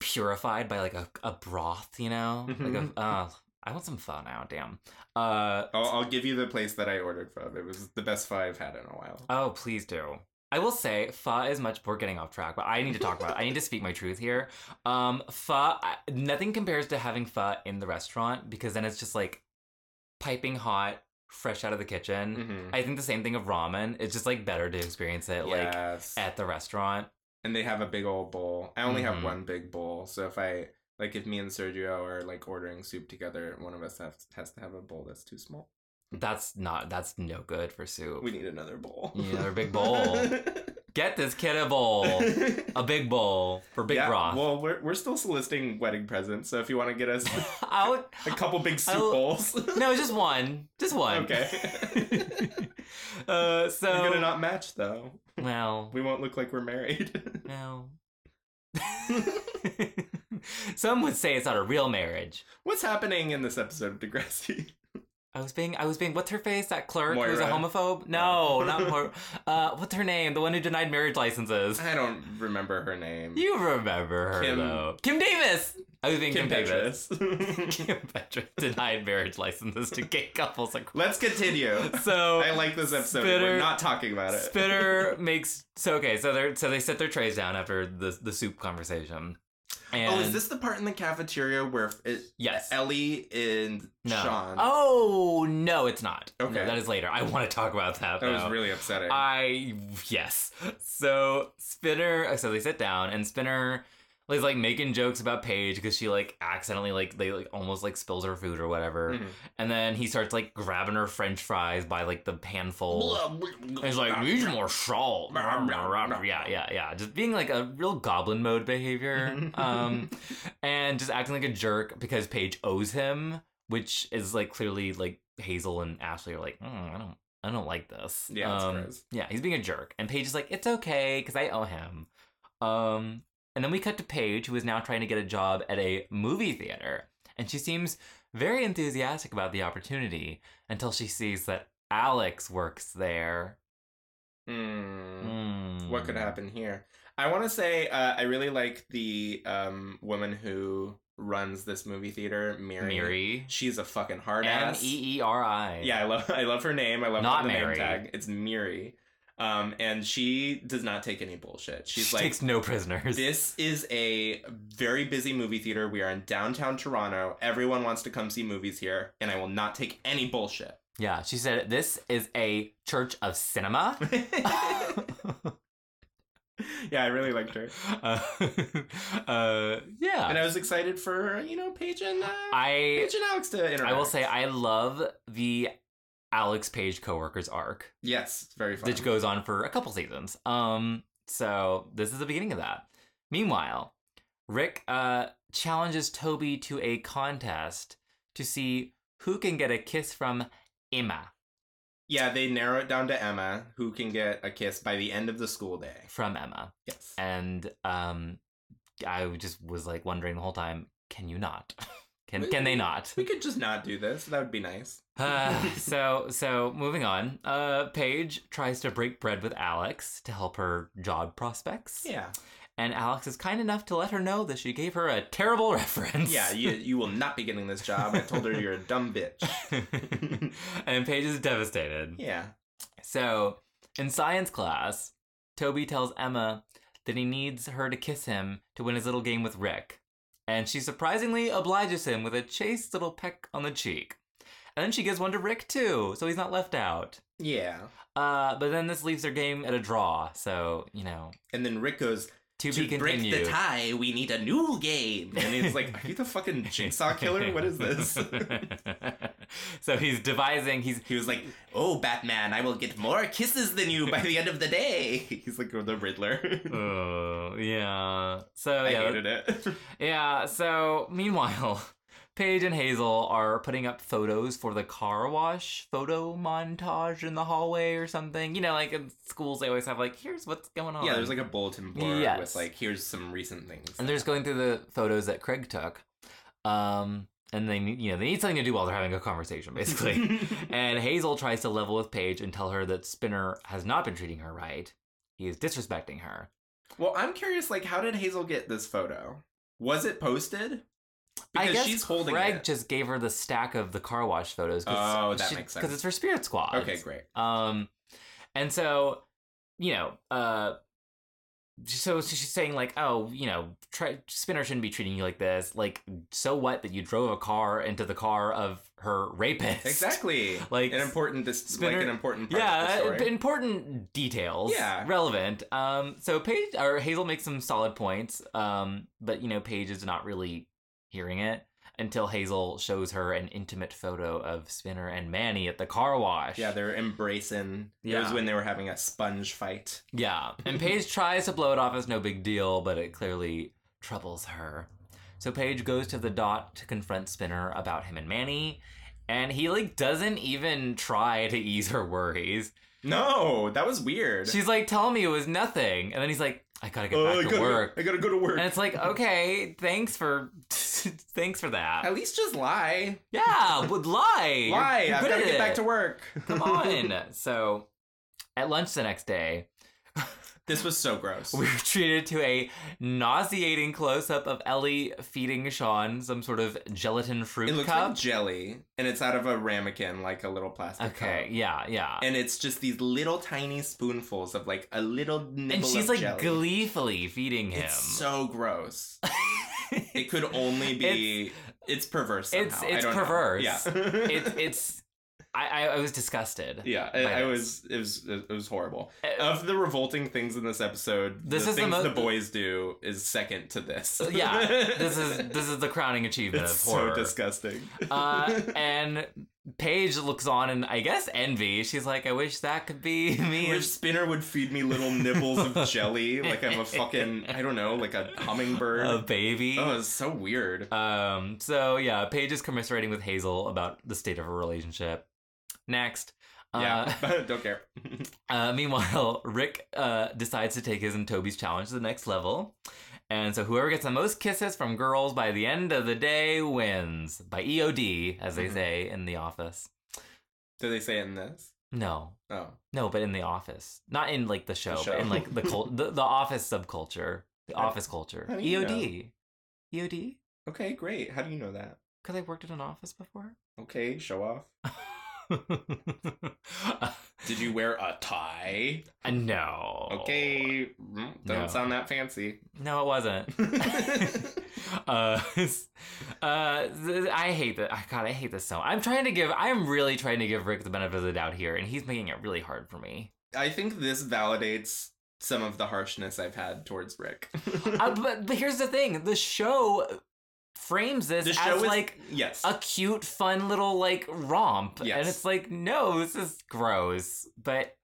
Speaker 1: purified by like a, a broth, you know. Like
Speaker 2: Mhm.
Speaker 1: a, uh, I want some pho now. Damn. Uh
Speaker 2: I'll, I'll give you the place that I ordered from. It was the best pho I've had in a while.
Speaker 1: oh, please do. I will say pho is much. We're getting off track, but I need to talk about. it. I need to speak my truth here. Um, pho. I, nothing compares to having pho in the restaurant because then it's just like piping hot, fresh out of the kitchen.
Speaker 2: Mhm.
Speaker 1: I think the same thing of ramen. It's just like better to experience it like
Speaker 2: yes.
Speaker 1: at the restaurant.
Speaker 2: and they have a big old bowl. I only
Speaker 1: Mhm.
Speaker 2: have one big bowl, so if I like, if me and Sergio are like ordering soup together, one of us have, has to have a bowl that's too small.
Speaker 1: That's not. That's no good for soup.
Speaker 2: We need another bowl.
Speaker 1: You need another big bowl. Get this kid a bowl. a big bowl for big
Speaker 2: yeah,
Speaker 1: broth.
Speaker 2: Well, we're, we're still soliciting wedding presents, so if you want to get us
Speaker 1: I would
Speaker 2: a couple big soup
Speaker 1: I'll-
Speaker 2: bowls,
Speaker 1: no, just one, just one.
Speaker 2: okay.
Speaker 1: Uh, so
Speaker 2: We're gonna not match though.
Speaker 1: well,
Speaker 2: We won't look like we're married.
Speaker 1: no. Some would say it's not a real marriage.
Speaker 2: What's happening in this episode of Degrassi?
Speaker 1: I was being, I was being. What's her face? That clerk who's a
Speaker 2: Moira.
Speaker 1: homophobe? No, not Moira. Uh, what's her name? The one who denied marriage licenses.
Speaker 2: I don't remember her name.
Speaker 1: You remember her
Speaker 2: Kim-
Speaker 1: though? Kim Davis. I was being Kim,
Speaker 2: Kim
Speaker 1: Davis.
Speaker 2: Petras.
Speaker 1: Kim Petras denied marriage licenses to gay couples. Like,
Speaker 2: Let's continue.
Speaker 1: so
Speaker 2: I like this episode.
Speaker 1: Spitter-
Speaker 2: We're not talking about it.
Speaker 1: Spitter makes so okay. So they are so they set their trays down after the the soup conversation. And
Speaker 2: Oh, is this the part in the cafeteria where it,
Speaker 1: yes?
Speaker 2: Ellie and
Speaker 1: no.
Speaker 2: Sean?
Speaker 1: Oh no, it's not. No,
Speaker 2: Okay.
Speaker 1: that is later. I want to talk about that.
Speaker 2: that
Speaker 1: though.
Speaker 2: was really upsetting.
Speaker 1: I yes. So Spinner. So they sit down, and Spinner is like making jokes about Paige because she like accidentally like they like almost like spills her food or whatever,
Speaker 2: Mhm.
Speaker 1: and then he starts like grabbing her French fries by like the handful. And He's like, we need more salt. Yeah, yeah, yeah. Just being like a real goblin mode behavior. Um, and just acting like a jerk because Paige owes him, which is like clearly like Hazel and Ashley are like, mm, I don't, I don't like this.
Speaker 2: Yeah, that's
Speaker 1: Um,
Speaker 2: gross.
Speaker 1: yeah, he's being a jerk, and Paige is like, it's okay because I owe him. Um, And then we cut to Paige, who is now trying to get a job at a movie theater. And she seems very enthusiastic about the opportunity until she sees that Alex works there.
Speaker 2: Hmm.
Speaker 1: Hmm.
Speaker 2: What could happen here? I want to say uh, I really like the um, woman who runs this movie theater, Miri.
Speaker 1: Miri.
Speaker 2: She's a fucking hard
Speaker 1: M
Speaker 2: ass.
Speaker 1: E E R I.
Speaker 2: Yeah, I love I love her name. I love
Speaker 1: Not
Speaker 2: the
Speaker 1: Mary.
Speaker 2: name tag. It's Miri. Um, and she does not take any bullshit. She's
Speaker 1: she
Speaker 2: like
Speaker 1: takes no prisoners.
Speaker 2: This is a very busy movie theater. We are in downtown Toronto. Everyone wants to come see movies here, and I will not take any bullshit.
Speaker 1: Yeah, she said this is a church of cinema.
Speaker 2: yeah, I really liked her.
Speaker 1: uh, uh,
Speaker 2: And
Speaker 1: yeah,
Speaker 2: I was excited for, you know, Paige and, uh,
Speaker 1: I
Speaker 2: Paige and Alex to interact.
Speaker 1: I will say I love the Alex Page coworkers arc,
Speaker 2: Yes, very fun.
Speaker 1: which goes on for a couple seasons. Um, so this is the beginning of that. Meanwhile, Rick uh challenges Toby to a contest to see who can get a kiss from Emma
Speaker 2: Yeah, they narrow it down to Emma, who can get a kiss by the end of the school day.
Speaker 1: from Emma,
Speaker 2: Yes.
Speaker 1: and um, I just was like wondering the whole time, can you not? Can can they not?
Speaker 2: We could just not do this. That would be nice.
Speaker 1: Uh, so so moving on. Uh, Paige tries to break bread with Alex to help her job prospects.
Speaker 2: Yeah.
Speaker 1: And Alex is kind enough to let her know that she gave her a terrible reference.
Speaker 2: Yeah, you, you will not be getting this job. I told her you're a dumb bitch.
Speaker 1: and Paige is devastated.
Speaker 2: Yeah.
Speaker 1: So in science class, Toby tells Emma that he needs her to kiss him to win his little game with Rick. And she surprisingly obliges him with a chaste little peck on the cheek. And then she gives one to Rick too, so he's not left out.
Speaker 2: Yeah.
Speaker 1: Uh, but then this leaves their game at a draw. So you know,
Speaker 2: And then Rick goes,
Speaker 1: to,
Speaker 2: to
Speaker 1: be
Speaker 2: break
Speaker 1: continued.
Speaker 2: the tie, we need a new game. And he's like, Are you the fucking jigsaw killer? What is this?
Speaker 1: so he's devising. He's
Speaker 2: He was like, Oh, Batman, I will get more kisses than you by the end of the day. He's like, The Riddler.
Speaker 1: oh yeah. So
Speaker 2: I
Speaker 1: yeah,
Speaker 2: hated it.
Speaker 1: yeah. So meanwhile, Paige and Hazel are putting up photos for the car wash photo montage in the hallway or something. You know, like in schools, they always have like, here's what's going on.
Speaker 2: yeah, there's like a bulletin board
Speaker 1: Yes.
Speaker 2: with like, Here's some recent things.
Speaker 1: and they're just going through the photos that Craig took. Um, and they need, you know, they need something to do while they're having a conversation, basically. And Hazel tries to level with Paige and tell her that Spinner has not been treating her right. He is disrespecting her.
Speaker 2: well, I'm curious, like, how did Hazel get this photo? Was it posted? Because
Speaker 1: I guess
Speaker 2: she's holding
Speaker 1: Craig
Speaker 2: it.
Speaker 1: just gave her the stack of the car wash photos.
Speaker 2: Oh, that makes sense.
Speaker 1: Because it's for Spirit Squad.
Speaker 2: Okay, great.
Speaker 1: Um, and so, you know, uh, so she's saying like, oh, you know, try, Spinner shouldn't be treating you like this. Like, so what that you drove a car into the car of her rapist?
Speaker 2: Exactly.
Speaker 1: Like,
Speaker 2: an important, dis-
Speaker 1: Spinner-
Speaker 2: like an important part of the
Speaker 1: Yeah,
Speaker 2: story.
Speaker 1: uh, important details.
Speaker 2: Yeah.
Speaker 1: relevant. Um, so Paige or Hazel makes some solid points. Um, but you know, Paige is not really hearing it until Hazel shows her an intimate photo of Spinner and Manny at the car wash.
Speaker 2: Yeah, they're embracing. It
Speaker 1: Yeah.
Speaker 2: was when they were having a sponge fight.
Speaker 1: Yeah, and Paige tries to blow it off as no big deal, but it clearly troubles her. So Paige goes to the dot to confront Spinner about him and Manny, and he like doesn't even try to ease her worries.
Speaker 2: No, that was weird.
Speaker 1: She's like, "Tell me it was nothing," and then he's like, "I gotta get
Speaker 2: Oh, I
Speaker 1: back to
Speaker 2: gotta-
Speaker 1: work,"
Speaker 2: I gotta go to work.
Speaker 1: and it's like, "Okay, thanks for, thanks for that."
Speaker 2: At least just lie.
Speaker 1: Yeah, would lie. You're
Speaker 2: Lie. I've
Speaker 1: good
Speaker 2: gotta
Speaker 1: at
Speaker 2: get back
Speaker 1: it.
Speaker 2: to work.
Speaker 1: Come on. So, at lunch the next day,
Speaker 2: this was so gross.
Speaker 1: We were treated to a nauseating close up of Ellie feeding Sean some sort of gelatin fruit
Speaker 2: it looks
Speaker 1: cup.
Speaker 2: like jelly, and it's out of a ramekin, like a little plastic.
Speaker 1: okay,
Speaker 2: cup.
Speaker 1: yeah, yeah.
Speaker 2: And it's just these little tiny spoonfuls of like a little nibble
Speaker 1: And she's
Speaker 2: of
Speaker 1: like
Speaker 2: jelly.
Speaker 1: gleefully feeding him.
Speaker 2: It's so gross. It could only be. It's, perverse.
Speaker 1: it's-
Speaker 2: somehow.
Speaker 1: it's
Speaker 2: I don't know.
Speaker 1: perverse.
Speaker 2: Yeah.
Speaker 1: It's- it's I, I, I was disgusted.
Speaker 2: Yeah,
Speaker 1: by
Speaker 2: I, I
Speaker 1: this.
Speaker 2: was it was it was horrible.
Speaker 1: Uh,
Speaker 2: Of the revolting things in this episode,
Speaker 1: This
Speaker 2: the
Speaker 1: is the
Speaker 2: things
Speaker 1: mo-
Speaker 2: the, boys do is second to this.
Speaker 1: yeah, this is this is the crowning achievement
Speaker 2: it's
Speaker 1: of
Speaker 2: so
Speaker 1: horror.
Speaker 2: disgusting.
Speaker 1: uh, and Paige looks on and I guess envy. She's like, I wish that could be me.
Speaker 2: Wish Spinner would feed me little nibbles of jelly, like I'm a fucking I don't know, like a hummingbird.
Speaker 1: a baby.
Speaker 2: oh, it's so weird.
Speaker 1: Um, so yeah, Paige is commiserating with Hazel about the state of her relationship. Next.
Speaker 2: yeah,
Speaker 1: Uh,
Speaker 2: don't care.
Speaker 1: uh, meanwhile, Rick uh, decides to take his and Toby's challenge to the next level. And so whoever gets the most kisses from girls by the end of the day wins by EOD, as they
Speaker 2: Mhm.
Speaker 1: say in the office.
Speaker 2: Do they say it in this?
Speaker 1: No,
Speaker 2: Oh.
Speaker 1: no, but in the office, not in like the show,
Speaker 2: show.
Speaker 1: but in like the cult, the, the office subculture, the
Speaker 2: How-
Speaker 1: office culture. E
Speaker 2: how do you
Speaker 1: EOD, EOD,
Speaker 2: Okay, great. How do you know that?
Speaker 1: because I worked in an office before.
Speaker 2: Okay, show off. Did you wear a tie?
Speaker 1: Uh, no.
Speaker 2: Okay, mm, doesn't
Speaker 1: No.
Speaker 2: sound that fancy.
Speaker 1: No, it wasn't. uh, uh, th- I hate that. I God, I hate this so. much. I'm trying to give. I'm really trying to give Rick the benefit of the doubt here, and he's making it really hard for me.
Speaker 2: I think this validates some of the harshness I've had towards Rick.
Speaker 1: Uh, but, but here's the thing: the show frames this
Speaker 2: the
Speaker 1: as
Speaker 2: show is
Speaker 1: like
Speaker 2: yes,
Speaker 1: a cute, fun little like romp,
Speaker 2: Yes.
Speaker 1: and it's like, no, this is gross. But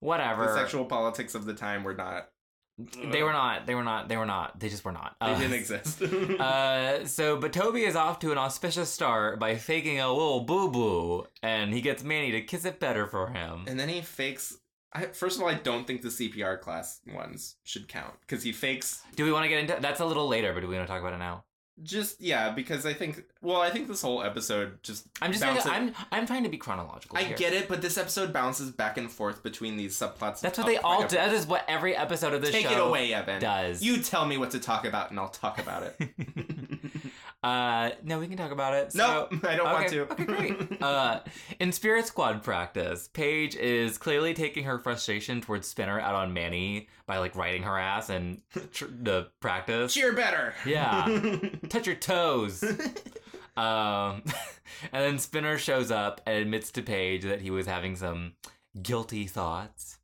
Speaker 1: whatever.
Speaker 2: the sexual politics of the time were not.
Speaker 1: they were not. They were not. They were not. They just were not.
Speaker 2: They
Speaker 1: Uh,
Speaker 2: didn't exist.
Speaker 1: Uh, so, but Toby is off to an auspicious start by faking a little boo boo, and he gets Manny to kiss it better for him.
Speaker 2: and then he fakes. I, first of all, I don't think the CPR class ones should count because he fakes
Speaker 1: Do we want to get into that's a little later, but do we want to talk about it now?
Speaker 2: just yeah. Because I think well, I think this whole episode just
Speaker 1: I'm just gonna,
Speaker 2: bounces-
Speaker 1: I'm I'm trying to be chronological.
Speaker 2: I
Speaker 1: here.
Speaker 2: get it, but this episode bounces back and forth between these subplots.
Speaker 1: That's what
Speaker 2: up
Speaker 1: they all
Speaker 2: front.
Speaker 1: do. That is what every episode of this
Speaker 2: Oh, Take
Speaker 1: show
Speaker 2: it away, Evan.
Speaker 1: does.
Speaker 2: You tell me what to talk about, and I'll talk about it.
Speaker 1: uh, no, we can talk about it. So,
Speaker 2: no, I don't want
Speaker 1: okay,
Speaker 2: to.
Speaker 1: okay, great. Uh, in Spirit Squad practice, Paige is clearly taking her frustration towards Spinner out on Manny by like riding her ass and tr- the practice.
Speaker 2: Cheer better.
Speaker 1: Uh, Yeah. Touch your toes. um, and then Spinner shows up and admits to Paige that he was having some guilty thoughts,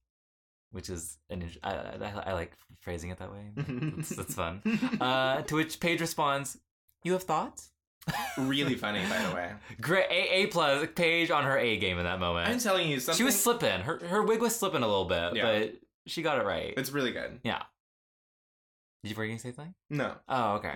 Speaker 1: which is an int- I, I, I like phrasing it that way. That's, that's fun. Uh, to which Paige responds, "You have thoughts."
Speaker 2: really funny, by the way.
Speaker 1: Great, a A plus Paige on her A game in that moment.
Speaker 2: I'm telling you, something.
Speaker 1: She was slipping. Her her wig was slipping a little bit,
Speaker 2: Yeah.
Speaker 1: but she got it right.
Speaker 2: It's really good.
Speaker 1: Did you were you gonna say something?
Speaker 2: No.
Speaker 1: Oh, okay.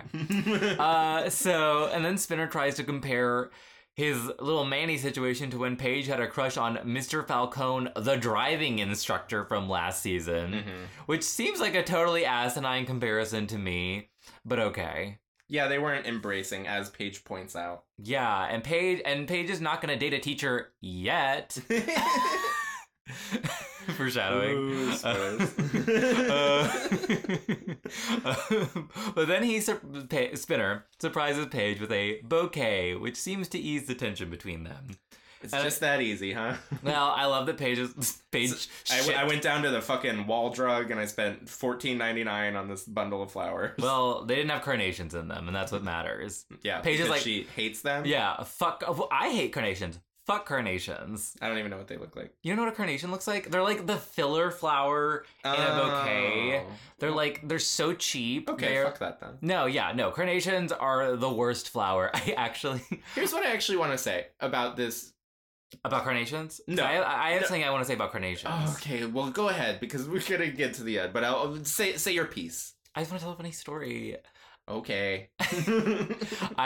Speaker 1: uh, so, and then Spinner tries to compare his little Manny situation to when Paige had a crush on Mr. Falcone, the driving instructor from last season,
Speaker 2: Mhm.
Speaker 1: which seems like a totally asinine comparison to me, but okay.
Speaker 2: Yeah, they weren't embracing, as Paige points out.
Speaker 1: Yeah, and Paige and Paige is not going to date a teacher yet. Foreshadowing.
Speaker 2: Ooh, spoilers.
Speaker 1: Uh, but then he sur- pa- Spinner surprises Paige with a bouquet, which seems to ease the tension between them.
Speaker 2: It's
Speaker 1: and-
Speaker 2: just that easy, huh?
Speaker 1: Well, I love that Paige is Paige.
Speaker 2: I, w- I
Speaker 1: shipped-
Speaker 2: went down to the fucking wall drug and I spent fourteen ninety nine on this bundle of flowers.
Speaker 1: Well, they didn't have carnations in them, and that's what matters.
Speaker 2: yeah,
Speaker 1: Paige is
Speaker 2: because
Speaker 1: like-
Speaker 2: she hates them.
Speaker 1: Yeah, fuck. oh, well, I hate carnations. Fuck carnations.
Speaker 2: I don't even know what they look like.
Speaker 1: You know what a carnation looks like? They're like the filler flower.
Speaker 2: In
Speaker 1: a bouquet. They're like they're so cheap.
Speaker 2: Oh. okay,
Speaker 1: They're-
Speaker 2: fuck that then.
Speaker 1: No, yeah, no. Carnations are the worst flower. I actually
Speaker 2: Here's what I actually want to say about this.
Speaker 1: about carnations.
Speaker 2: No.
Speaker 1: I, I have
Speaker 2: No.
Speaker 1: something I want to say about carnations.
Speaker 2: Oh, okay, well, go ahead because we're gonna get to the end. But I'll I'll say say your piece.
Speaker 1: I just want to tell a funny story.
Speaker 2: Okay.
Speaker 1: I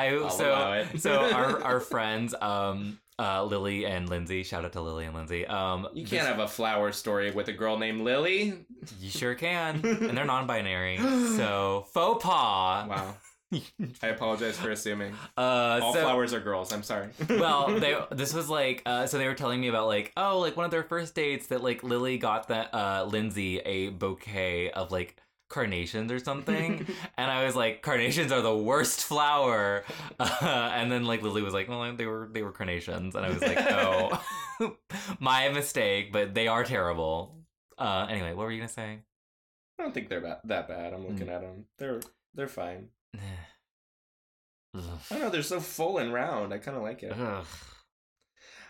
Speaker 2: I'll allow
Speaker 1: so
Speaker 2: it.
Speaker 1: so our our friends um uh Lily and Lindsay. Shout out to Lily and Lindsay. Um,
Speaker 2: you can't have a flower story with a girl named Lily.
Speaker 1: this- you sure can, and they're non-binary. So faux pas.
Speaker 2: Wow. I apologize for assuming.
Speaker 1: Uh,
Speaker 2: All
Speaker 1: so,
Speaker 2: flowers are girls. I'm sorry.
Speaker 1: well, they this was like uh, so they were telling me about like oh like one of their first dates that like Lily got that uh, Lindsay a bouquet of like carnations or something, and I was like carnations are the worst flower, uh, and then like Lily was like well they were they were carnations, and I was like oh my mistake, but they are terrible. Uh, anyway, what were you gonna say?
Speaker 2: I don't think they're ba- that bad. I'm
Speaker 1: Hmm.
Speaker 2: looking at them. They're they're fine.
Speaker 1: Ugh.
Speaker 2: I don't know. They're so full and round. I kind of like it.
Speaker 1: Ugh.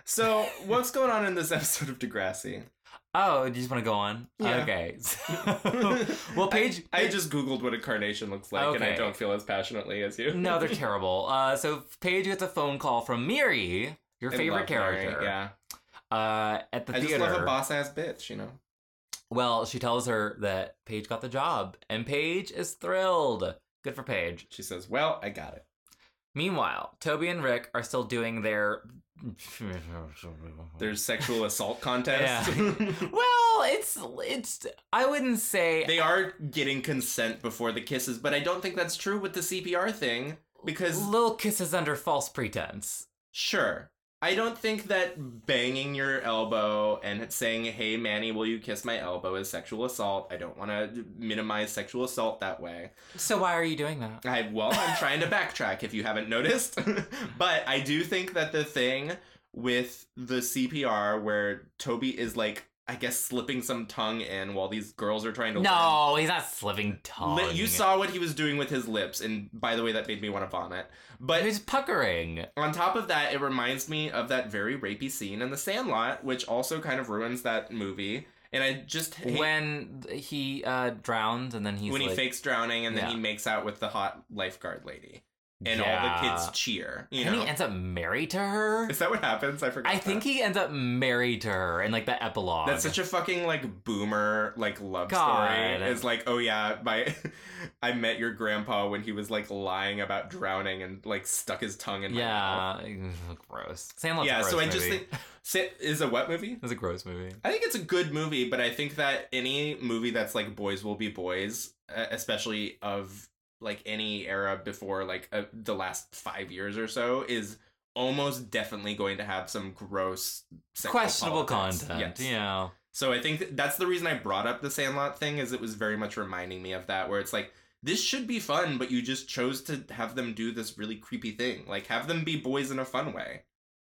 Speaker 2: So what's going on in this episode of Degrassi?
Speaker 1: Oh, you just want to go on?
Speaker 2: Yeah.
Speaker 1: Okay. well, Paige,
Speaker 2: I just googled what a carnation looks like, and I
Speaker 1: Okay.
Speaker 2: don't feel as passionately as you.
Speaker 1: No, they're terrible. Uh, so Paige gets a phone call from Miri, your
Speaker 2: I
Speaker 1: favorite
Speaker 2: love Mary,
Speaker 1: character,
Speaker 2: Yeah,
Speaker 1: uh, at the
Speaker 2: I
Speaker 1: theater.
Speaker 2: just love a boss ass bitch. You know.
Speaker 1: Well, she tells her that Paige got the job, and Paige is thrilled. Good for Paige.
Speaker 2: She says, "Well, I got it."
Speaker 1: Meanwhile, Toby and Rick are still doing their.
Speaker 2: There's sexual assault contest.
Speaker 1: well, it's it's. I wouldn't say
Speaker 2: they are getting consent before the kisses, but I don't think that's true with the CPR thing because
Speaker 1: little kisses under false pretense.
Speaker 2: sure. I don't think that banging your elbow and saying, "Hey Manny, will you kiss my elbow?" is sexual assault. I don't want to minimize sexual assault that way.
Speaker 1: So why are you doing that?
Speaker 2: I well, I'm trying to backtrack if you haven't noticed. but I do think that the thing with the CPR where Toby is like I guess slipping some tongue in while these girls are trying to
Speaker 1: No, he's not slipping tongue.
Speaker 2: Li- you saw what he was doing with his lips and by the way that made me want to vomit. But
Speaker 1: He's puckering.
Speaker 2: on top of that, it reminds me of that very rapey scene in The Sandlot, which also kind of ruins that movie. And I just hate
Speaker 1: when he uh, drowns and then he's
Speaker 2: when he
Speaker 1: like,
Speaker 2: fakes drowning and then
Speaker 1: Yeah.
Speaker 2: he makes out with the hot lifeguard lady, and all
Speaker 1: Yeah.
Speaker 2: the kids cheer. You
Speaker 1: and
Speaker 2: know,
Speaker 1: he ends up married to her.
Speaker 2: Is that what happens? I forgot.
Speaker 1: I think he ends up married to her in like the epilogue.
Speaker 2: That's such a fucking like boomer like love
Speaker 1: God.
Speaker 2: story. It's like, oh yeah, my I met your grandpa when he was like lying about drowning and like stuck his tongue in my mouth.
Speaker 1: yeah, gross. Sandlot's a
Speaker 2: Yeah,
Speaker 1: gross
Speaker 2: so I
Speaker 1: movie.
Speaker 2: just think Sa- is a what movie?
Speaker 1: it's a gross movie.
Speaker 2: I think it's a good movie, but I think that any movie that's like boys will be boys, uh, especially of like any era before like uh, the last 5 years or so is almost definitely going to have some gross sexual
Speaker 1: Questionable
Speaker 2: politics.
Speaker 1: content.
Speaker 2: Yes.
Speaker 1: Yeah.
Speaker 2: So I think th- that's the reason I brought up the Sandlot thing is it was very much reminding me of that where it's like this should be fun but you just chose to have them do this really creepy thing like have them be boys in a fun way.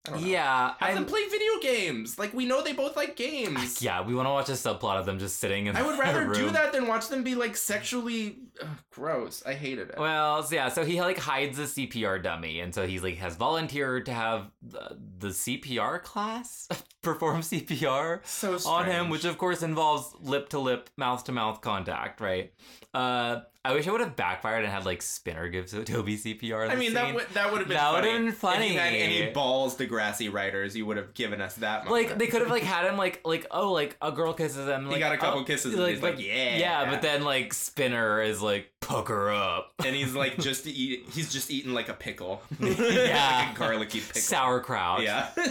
Speaker 2: I don't know.
Speaker 1: Yeah.
Speaker 2: Have
Speaker 1: I'm-
Speaker 2: them play video games. Like we know they both like games.
Speaker 1: yeah, we want to watch a subplot of them just sitting in
Speaker 2: I would
Speaker 1: a
Speaker 2: rather do
Speaker 1: room.
Speaker 2: that than watch them be like sexually ugh, gross. I hated it.
Speaker 1: Well, so yeah, so he like hides the CPR dummy, and so he's like has volunteered to have the, the CPR class perform CPR
Speaker 2: so strange.
Speaker 1: on him, which of course involves lip to lip, mouth to mouth contact, right? Uh, I wish I would have backfired and had like Spinner give to- Toby CPR. in
Speaker 2: I
Speaker 1: the
Speaker 2: mean that
Speaker 1: scene.
Speaker 2: would that would have been
Speaker 1: That
Speaker 2: funny.
Speaker 1: would've been funny.
Speaker 2: If you had any balls, Degrassi writers, you would have given us that. Moment.
Speaker 1: like they could have like had him like like oh like a girl kisses him.
Speaker 2: he
Speaker 1: Like,
Speaker 2: got a couple
Speaker 1: oh,
Speaker 2: kisses and he's like, yeah,
Speaker 1: yeah, but then like Spinner is like poke her up.
Speaker 2: and he's like just to eat he's just eating like a pickle
Speaker 1: Yeah.
Speaker 2: like a garlicky pickle
Speaker 1: Sauerkraut.
Speaker 2: yeah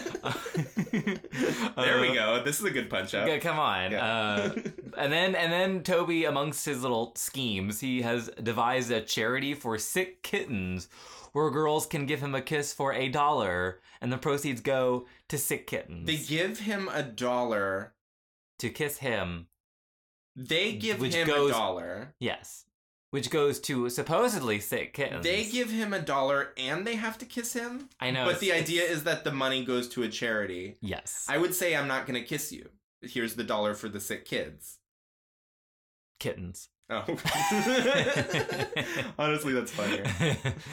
Speaker 2: there we go this is a good punch up
Speaker 1: Yeah, come on.
Speaker 2: Yeah.
Speaker 1: Uh, and then and then Toby, amongst his little schemes, he has devised a charity for sick kittens, where girls can give him a kiss for a dollar, and the proceeds go to sick kittens
Speaker 2: they give him a dollar
Speaker 1: to kiss him.
Speaker 2: they give
Speaker 1: Which
Speaker 2: him
Speaker 1: goes-
Speaker 2: a dollar
Speaker 1: Yes, which goes to supposedly sick kittens.
Speaker 2: they give him a dollar and they have to kiss him
Speaker 1: I know,
Speaker 2: but
Speaker 1: it's-
Speaker 2: the idea
Speaker 1: it's-
Speaker 2: is that the money goes to a charity
Speaker 1: yes,
Speaker 2: i would say i'm not gonna kiss you here's the dollar for the sick kids
Speaker 1: kittens.
Speaker 2: oh honestly that's funnier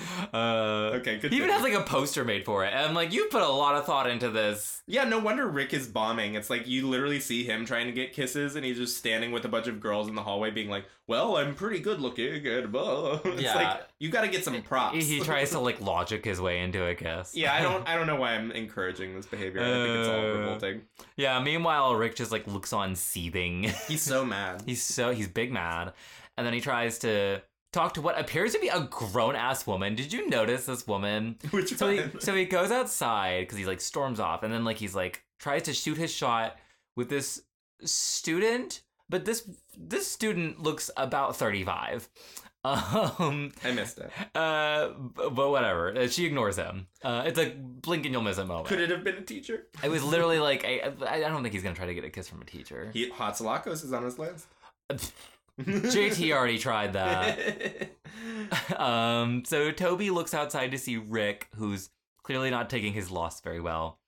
Speaker 1: uh,
Speaker 2: okay good
Speaker 1: He even has like a poster made for it. And I'm like, you put a lot of thought into this.
Speaker 2: Yeah, no wonder Rick is bombing. It's like you literally see him trying to get kisses, and he's just standing with a bunch of girls in the hallway, being like, "Well, I'm pretty good looking." And blah. It's
Speaker 1: Yeah.
Speaker 2: like you got to get some props.
Speaker 1: He tries to like logic his way into a kiss.
Speaker 2: yeah, I don't. I don't know why I'm encouraging this behavior. I think it's all
Speaker 1: Uh.
Speaker 2: revolting.
Speaker 1: Yeah, meanwhile, Rick just like looks on seething.
Speaker 2: He's so mad.
Speaker 1: he's so he's big mad. And then he tries to talk to what appears to be a grown ass woman. Did you notice this woman?
Speaker 2: Which
Speaker 1: So he
Speaker 2: one?
Speaker 1: so he goes outside because he like storms off and then like he's like tries to shoot his shot with this student, but this this student looks about 35. Um
Speaker 2: I missed it.
Speaker 1: uh b- but whatever. Uh, She ignores him. Uh it's a blink and you'll miss it moment.
Speaker 2: Could it have been a teacher?
Speaker 1: It was literally like I, I I don't think he's gonna try to get a kiss from a teacher.
Speaker 2: He Hatsalakos is on his list.
Speaker 1: JT already tried that. um, so Toby looks outside to see Rick, who's clearly not taking his loss very well,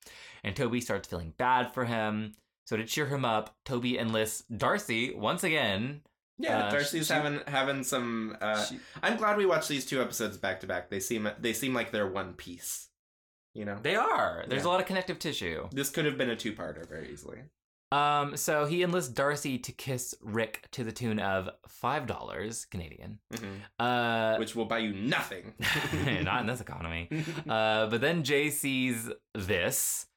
Speaker 1: and Toby starts feeling bad for him. So to cheer him up, Toby enlists Darcy once again.
Speaker 2: yeah,
Speaker 1: Uh,
Speaker 2: Darcy's
Speaker 1: she-
Speaker 2: having having some. Uh,
Speaker 1: She-
Speaker 2: I'm glad we watched these two episodes back to back. They seem they seem like they're one piece. You know.
Speaker 1: they are. There's
Speaker 2: Yeah.
Speaker 1: a lot of connective tissue.
Speaker 2: This could have been a two-parter very easily.
Speaker 1: Um, so he enlists Darcy to kiss Rick to the tune of five dollars Canadian. Uh,
Speaker 2: Mm-hmm. Which will buy you nothing.
Speaker 1: not in this economy. Uh, but then Jay sees this.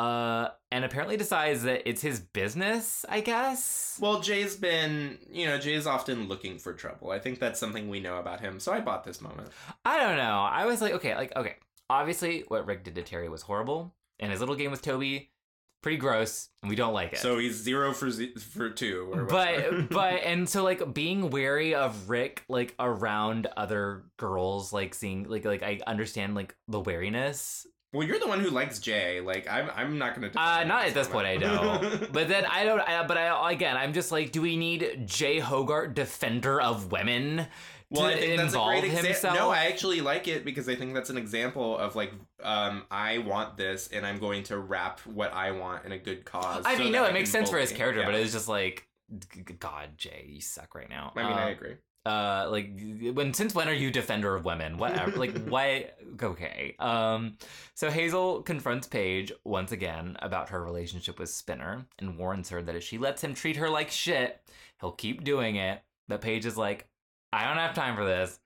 Speaker 1: uh, and apparently decides that it's his business, I guess.
Speaker 2: Well, Jay's been, you know, Jay's often looking for trouble. I think that's something we know about him. So I bought this moment.
Speaker 1: I don't know. I was like, okay, like, okay. Obviously, what Rick did to Terry was horrible, and his little game with Toby, pretty gross, and we don't like it.
Speaker 2: So he's zero for z- for two. Or whatever.
Speaker 1: but but and so like being wary of Rick like around other girls like seeing like like I understand like the wariness
Speaker 2: well, you're the one who likes Jay. Like I'm, I'm not gonna.
Speaker 1: Uh,
Speaker 2: defend
Speaker 1: not at this point, I
Speaker 2: moment.
Speaker 1: don't. but then I don't. I, but I again, I'm just like, do we need Jay Hogarth, defender of women,
Speaker 2: well,
Speaker 1: to
Speaker 2: I think that's a
Speaker 1: involve
Speaker 2: great example.
Speaker 1: himself?
Speaker 2: No, I actually like it because I think that's an example of like, um, I want this, and I'm going to wrap what I want in a good cause.
Speaker 1: I
Speaker 2: Uh, so
Speaker 1: mean,
Speaker 2: that
Speaker 1: no,
Speaker 2: I
Speaker 1: it
Speaker 2: can
Speaker 1: makes sense for
Speaker 2: bully.
Speaker 1: his character,
Speaker 2: Yeah.
Speaker 1: but it's just like, g- g- God, Jay, you suck right now.
Speaker 2: I mean, I
Speaker 1: Um,
Speaker 2: agree.
Speaker 1: uh like when since when are you defender of women whatever like why okay um so hazel confronts paige once again about her relationship with spinner and warns her that if she lets him treat her like shit he'll keep doing it but paige is like i don't have time for this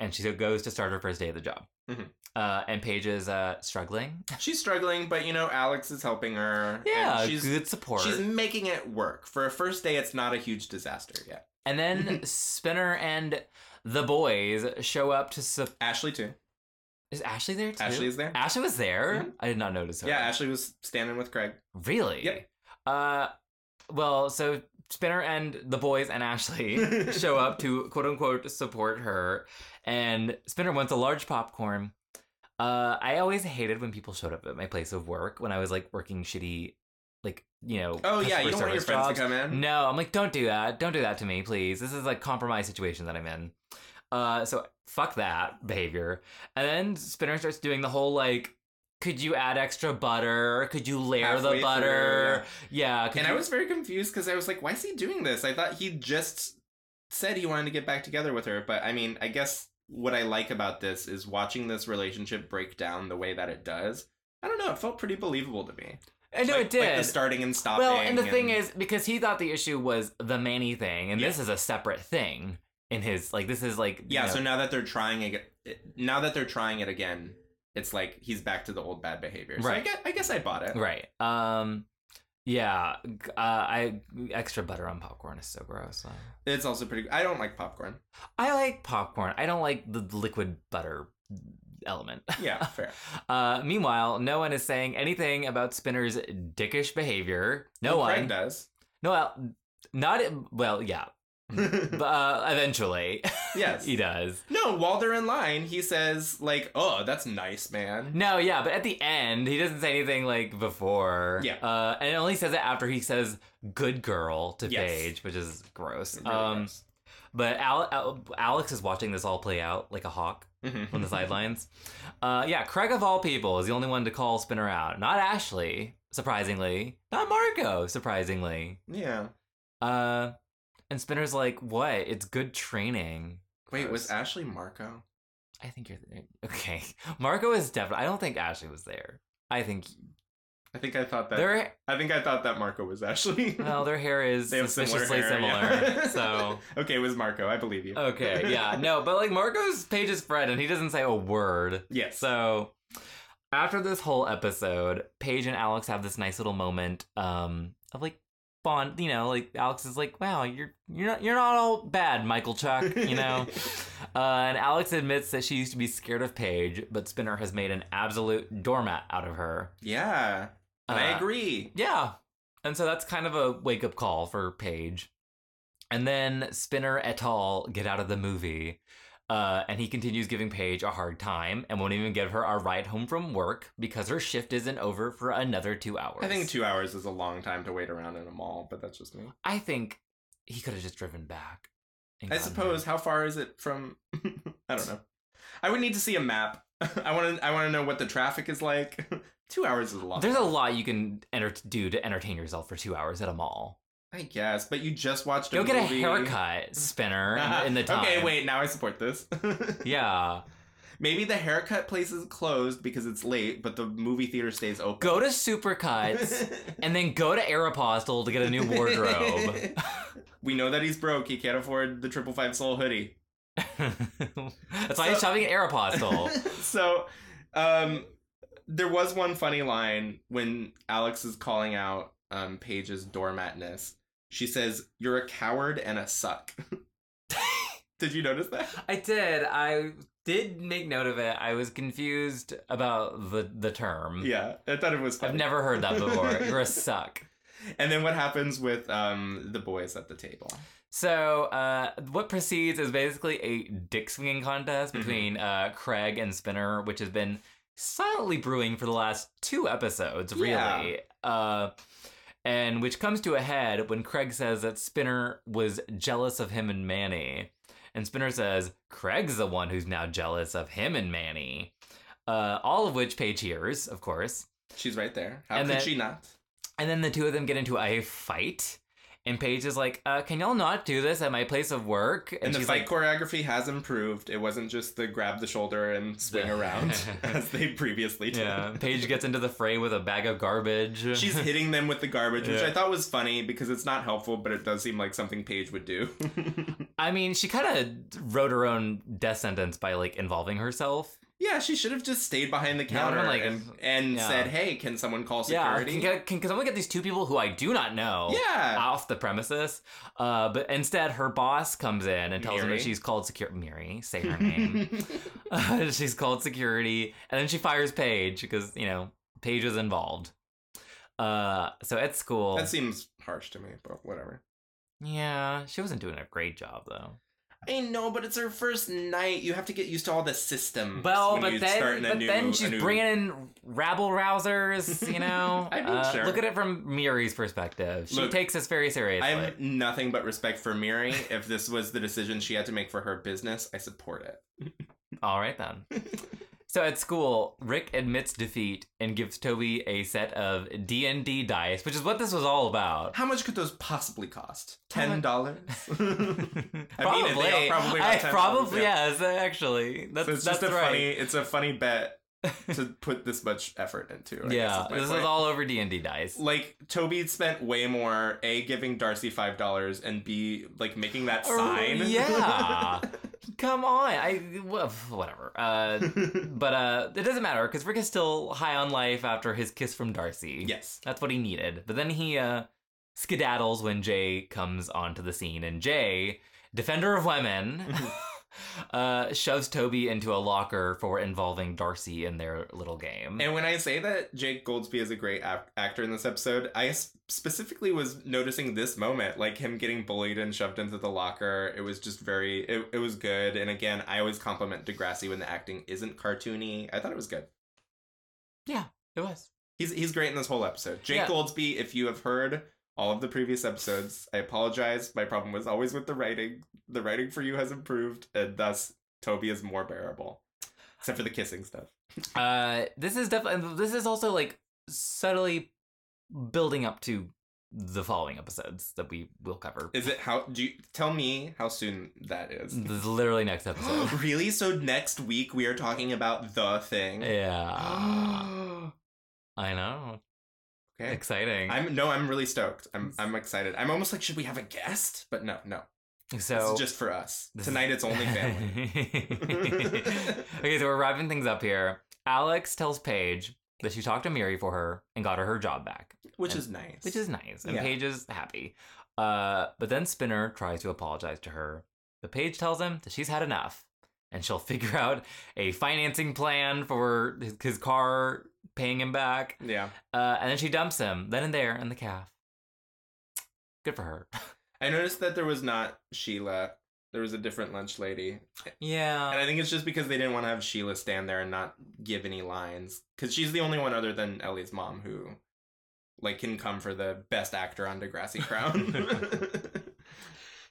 Speaker 1: and she goes to start her first day of the job
Speaker 2: Mhm.
Speaker 1: uh and paige is uh struggling
Speaker 2: She's struggling, but you know, Alex is helping her.
Speaker 1: yeah
Speaker 2: and she's
Speaker 1: good support
Speaker 2: she's making it work. For a first day, it's not a huge disaster yet.
Speaker 1: and then spinner and the boys show up to su-
Speaker 2: Ashley too.
Speaker 1: is ashley there too
Speaker 2: Ashley is there.
Speaker 1: Ashley was there.
Speaker 2: Mhm.
Speaker 1: I did not notice her.
Speaker 2: Yeah, Ashley was standing with Craig.
Speaker 1: Really?
Speaker 2: Yep.
Speaker 1: Uh, well, so Spinner and the boys and Ashley show up to quote unquote support her, and Spinner wants a large popcorn. Uh, I always hated when people showed up at my place of work when I was like working shitty, like you know.
Speaker 2: Oh yeah,
Speaker 1: customer
Speaker 2: you don't want your
Speaker 1: service
Speaker 2: friends
Speaker 1: jobs.
Speaker 2: to come in.
Speaker 1: No, I'm like, don't do that. Don't do that to me, please. This is like compromise situation that I'm in. Uh, so fuck that behavior. And then Spinner starts doing the whole like, could you add extra butter? Could you layer
Speaker 2: Halfway
Speaker 1: the butter? yeah. could
Speaker 2: And I
Speaker 1: you-
Speaker 2: was very confused because I was like, why is he doing this? I thought he just said he wanted to get back together with her, but I mean, I guess what I like about this is watching this relationship break down the way that it does. I don't know, it felt pretty believable to me.
Speaker 1: I know
Speaker 2: like,
Speaker 1: it did.
Speaker 2: Like the starting and stopping.
Speaker 1: well, and the thing is, because he thought the issue was the Manny thing, and this is a separate thing in his like. This is like you
Speaker 2: yeah,
Speaker 1: know-
Speaker 2: so now that they're trying it, now that they're trying it again, it's like he's back to the old bad behavior. So I
Speaker 1: Right.
Speaker 2: guess I, guess I bought it.
Speaker 1: right. Um, yeah. g- Uh, I extra butter on popcorn is so gross. uh.
Speaker 2: It's also pretty. I don't like popcorn.
Speaker 1: I like popcorn. I don't like the liquid butter element.
Speaker 2: Yeah, fair.
Speaker 1: Uh, meanwhile, no one is saying anything about Spinner's dickish behavior. No
Speaker 2: Well, Craig
Speaker 1: one.
Speaker 2: does.
Speaker 1: No, well, not well. Yeah, but uh, eventually
Speaker 2: Hmm. yes.
Speaker 1: he does.
Speaker 2: No, while they're in line, he says like, "Oh, that's nice, man."
Speaker 1: No, yeah, but at the end, he doesn't say anything like before.
Speaker 2: Yeah.
Speaker 1: uh, and it only says it after he says "good girl" to
Speaker 2: Yes.
Speaker 1: Paige, which is gross.
Speaker 2: It really
Speaker 1: um,
Speaker 2: does.
Speaker 1: but Al- Al- Alex is watching this all play out like a hawk.
Speaker 2: Mhm.
Speaker 1: on the sidelines. Uh, yeah, Craig of all people is the only one to call Spinner out. Not Ashley, surprisingly. Not Marco, surprisingly.
Speaker 2: Yeah.
Speaker 1: Uh, and Spinner's like, "What? It's good training."
Speaker 2: Wait, was
Speaker 1: Gross.
Speaker 2: Ashley Marco?
Speaker 1: I think you're okay. Marco is definitely. I don't think Ashley was there. I think
Speaker 2: I think I thought that.
Speaker 1: their
Speaker 2: I think I thought that Marco was Ashley.
Speaker 1: well, their hair is
Speaker 2: They have similar
Speaker 1: suspiciously
Speaker 2: hair,
Speaker 1: similar.
Speaker 2: yeah.
Speaker 1: So
Speaker 2: okay, it was Marco. I believe you.
Speaker 1: okay, yeah, no, but like Marco's Paige's friend, and he doesn't say a word.
Speaker 2: Yes.
Speaker 1: So after this whole episode, Paige and Alex have this nice little moment um, of like bond. You know, like Alex is like, "Wow, you're you're not you're not all bad, Michael Chuck." You know. Uh, and Alex admits that she used to be scared of Paige, but Spinner has made an absolute doormat out of her.
Speaker 2: yeah, and I
Speaker 1: Uh,
Speaker 2: agree.
Speaker 1: yeah. And so that's kind of a wake up call for Paige. And then Spinner et al. get out of the movie. Uh, and he continues giving Paige a hard time and won't even give her a ride home from work because her shift isn't over for another two hours.
Speaker 2: I think two hours is a long time to wait around in a mall, but that's just me.
Speaker 1: I think he could have just driven back. and
Speaker 2: I
Speaker 1: gotten
Speaker 2: suppose.
Speaker 1: her.
Speaker 2: How far is it from? I don't know. I would need to see a map. I want to. I want to know what the traffic is like. two hours is a lot.
Speaker 1: There's a lot you can enter- do to entertain yourself for two hours at a mall.
Speaker 2: I guess, but you just watched.
Speaker 1: Go
Speaker 2: a
Speaker 1: get a
Speaker 2: movie.
Speaker 1: haircut, Spinner, in, in the time.
Speaker 2: Okay, wait. Now I support this.
Speaker 1: Yeah.
Speaker 2: Maybe the haircut place is closed because it's late, but the movie theater stays open.
Speaker 1: Go to Supercuts. and then go to Aeropostale to get a new wardrobe.
Speaker 2: we know that he's broke. He can't afford the triple five soul hoodie.
Speaker 1: That's why he's
Speaker 2: So-
Speaker 1: shopping at Aeropostale.
Speaker 2: so, um, there was one funny line when Alex is calling out um, Paige's doormatness. She says, "You're a coward and a suck." Did you notice that?
Speaker 1: I did. I did make note of it. I was confused about the the term.
Speaker 2: Yeah, I thought it was funny.
Speaker 1: Um, I've never heard that before. You're a suck.
Speaker 2: And then what happens with um, the boys at the table?
Speaker 1: So, uh, what precedes is basically a dick swinging contest
Speaker 2: Mm-hmm.
Speaker 1: between uh, Craig and Spinner, which has been silently brewing for the last two episodes, really.
Speaker 2: Yeah.
Speaker 1: Uh, and which comes to a head when Craig says that Spinner was jealous of him and Manny. And Spinner says, Craig's the one who's now jealous of him and Manny. Uh, all of which Paige hears, of course.
Speaker 2: She's right there. How
Speaker 1: And
Speaker 2: could
Speaker 1: then-
Speaker 2: she not?
Speaker 1: And then the two of them get into a fight. And Paige is like, uh, can y'all not do this at my place of work?
Speaker 2: And, the
Speaker 1: she's like,
Speaker 2: fight choreography has improved. It wasn't just the grab the shoulder and swing around as they previously did.
Speaker 1: Yeah, Paige gets into the fray with a bag of garbage.
Speaker 2: She's hitting them with the garbage, which
Speaker 1: Yeah.
Speaker 2: I thought was funny because it's not helpful, but it does seem like something Paige would do.
Speaker 1: I mean, she kind of wrote her own death sentence by like involving herself.
Speaker 2: yeah, she should have just stayed behind the counter
Speaker 1: I'm like-
Speaker 2: and, and
Speaker 1: yeah.
Speaker 2: said, "Hey, can someone call
Speaker 1: Yeah,
Speaker 2: security?"
Speaker 1: can, get- can, can someone get these two people who I do not know
Speaker 2: Yeah.
Speaker 1: off the premises? Uh, but instead, her boss comes in and tells her
Speaker 2: Miri.
Speaker 1: that she's called security. Miri, say her name. Uh, she's called security, and then she fires Paige because you know Paige was involved. Uh, so at school,
Speaker 2: that seems harsh to me, but whatever.
Speaker 1: yeah, she wasn't doing a great job though.
Speaker 2: I know, but it's her first night. You have to get used to all the systems.
Speaker 1: Well,
Speaker 2: when
Speaker 1: but
Speaker 2: you start
Speaker 1: then,
Speaker 2: in a
Speaker 1: but
Speaker 2: new-
Speaker 1: then
Speaker 2: a
Speaker 1: she's
Speaker 2: new-
Speaker 1: bringing in rabble rousers, you know?
Speaker 2: I mean,
Speaker 1: Uh,
Speaker 2: sure.
Speaker 1: Look at it from Miri's perspective. She
Speaker 2: Look,
Speaker 1: takes this very seriously.
Speaker 2: I have nothing but respect for Miri. If this was the decision she had to make for her business, I support it.
Speaker 1: All right, then. so at school, Rick admits defeat and gives Toby a set of D&D dice, which is what this was all about.
Speaker 2: How much could those possibly cost?
Speaker 1: How much-
Speaker 2: Ten dollars.
Speaker 1: probably.
Speaker 2: all probably about
Speaker 1: I-
Speaker 2: $10,
Speaker 1: probably,
Speaker 2: yeah.
Speaker 1: yes, actually. That's,
Speaker 2: So it's
Speaker 1: that's
Speaker 2: just a
Speaker 1: right.
Speaker 2: funny. It's a funny bet to put this much effort into. I
Speaker 1: yeah,
Speaker 2: guess is my
Speaker 1: this is
Speaker 2: point.
Speaker 1: all over D&D dice.
Speaker 2: Like Toby spent way more a giving Darcy five dollars and b like making that
Speaker 1: Oh,
Speaker 2: sign.
Speaker 1: yeah. Come on. I wha- whatever. Uh But uh, it doesn't matter because Rick is still high on life after his kiss from Darcy.
Speaker 2: yes.
Speaker 1: That's what he needed. But then he uh, skedaddles when Jay comes onto the scene. And Jay, defender of women, uh, shoves Toby into a locker for involving Darcy in their little game.
Speaker 2: And when I say that Jake Goldsby is a great ac actor in this episode, I s- specifically was noticing this moment, like him getting bullied and shoved into the locker. It was just very, it, it was good. And again, I always compliment Degrassi when the acting isn't cartoony. I thought it was good.
Speaker 1: it was.
Speaker 2: He's he's great in this whole episode. Jake
Speaker 1: Yeah.
Speaker 2: Goldsby, if you have heard all of the previous episodes, I apologize. My problem was always with the writing. The writing for you has improved, and thus Toby is more bearable, except for the kissing stuff.
Speaker 1: Uh, this is definitely. This is also like subtly building up to the following episodes that we will cover.
Speaker 2: Is it how? Do you tell me how soon that is?
Speaker 1: This is literally next episode.
Speaker 2: really? So next week we are talking about the thing.
Speaker 1: yeah. I know.
Speaker 2: okay.
Speaker 1: Exciting.
Speaker 2: I'm no, I'm really stoked. I'm I'm excited. I'm almost like, should we have a guest? But no, no. This
Speaker 1: so
Speaker 2: is just for us.
Speaker 1: this is-
Speaker 2: Tonight it's only family.
Speaker 1: okay, so we're wrapping things up here. Alex tells Paige that she talked to Miri for her and got her her job back,
Speaker 2: Which is nice.
Speaker 1: which is nice, and
Speaker 2: Yeah.
Speaker 1: Paige is happy. Uh, but then Spinner tries to apologize to her, but Paige tells him that she's had enough, and shell figure out a financing plan for his, his car, paying him back.
Speaker 2: Yeah.
Speaker 1: Uh, and then she dumps him then and there in the calf. Good for her.
Speaker 2: I noticed that there was not Sheila. There was a different lunch lady.
Speaker 1: Yeah.
Speaker 2: And I think it's just because they didn't want to have Sheila stand there and not give any lines. Because she's the only one other than Ellie's mom who, like, can come for the best actor on Degrassi Crown.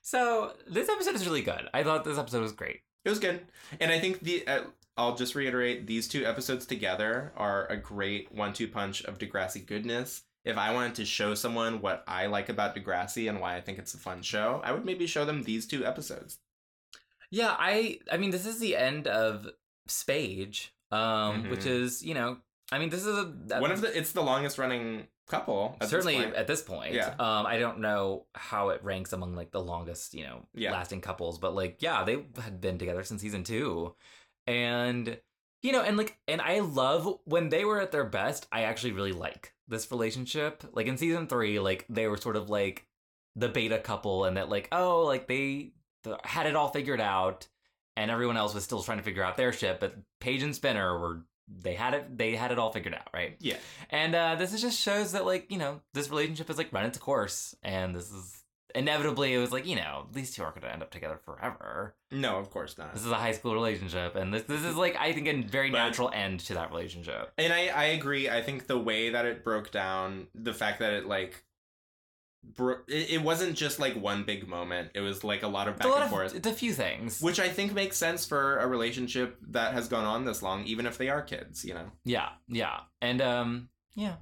Speaker 1: So this episode is really good. I thought this episode was great.
Speaker 2: it was good. And I think the. Uh, I'll just reiterate these two episodes together are a great one two punch of Degrassi goodness. If I wanted to show someone what I like about Degrassi and why I think it's a fun show, I would maybe show them these two episodes.
Speaker 1: Yeah, I I mean this is the end of Spage, um,
Speaker 2: Mhm.
Speaker 1: which is you know I mean this is a
Speaker 2: one of the it's the longest running couple at
Speaker 1: certainly
Speaker 2: this point.
Speaker 1: at this point.
Speaker 2: Yeah.
Speaker 1: Um, I don't know how it ranks among like the longest you know
Speaker 2: Yeah.
Speaker 1: lasting couples, but like yeah, they had been together since season two, and You know, and like, and I love when they were at their best. I actually really like this relationship. Like in season three, like they were sort of like the beta couple, and that like, oh, like they th- had it all figured out, and everyone else was still trying to figure out their shit. But Paige and Spinner were they had it they had it all figured out, right?
Speaker 2: Yeah.
Speaker 1: And uh, this is just shows that like you know this relationship has like run its course, and this is inevitably it was like you know these two are going to end up together forever.
Speaker 2: No, of course not.
Speaker 1: This is a high school relationship, and this this is like I think a very
Speaker 2: But-
Speaker 1: natural end to that relationship.
Speaker 2: And I, I agree. I think the way that it broke down, the fact that it like, bro- it, it wasn't just like one big moment. It was like a lot of
Speaker 1: It's
Speaker 2: back
Speaker 1: a
Speaker 2: and
Speaker 1: lot of
Speaker 2: forth,
Speaker 1: it's a few things.
Speaker 2: which I think makes sense for a relationship that has gone on this long, even if they are kids. You know,
Speaker 1: yeah, yeah, and um, yeah,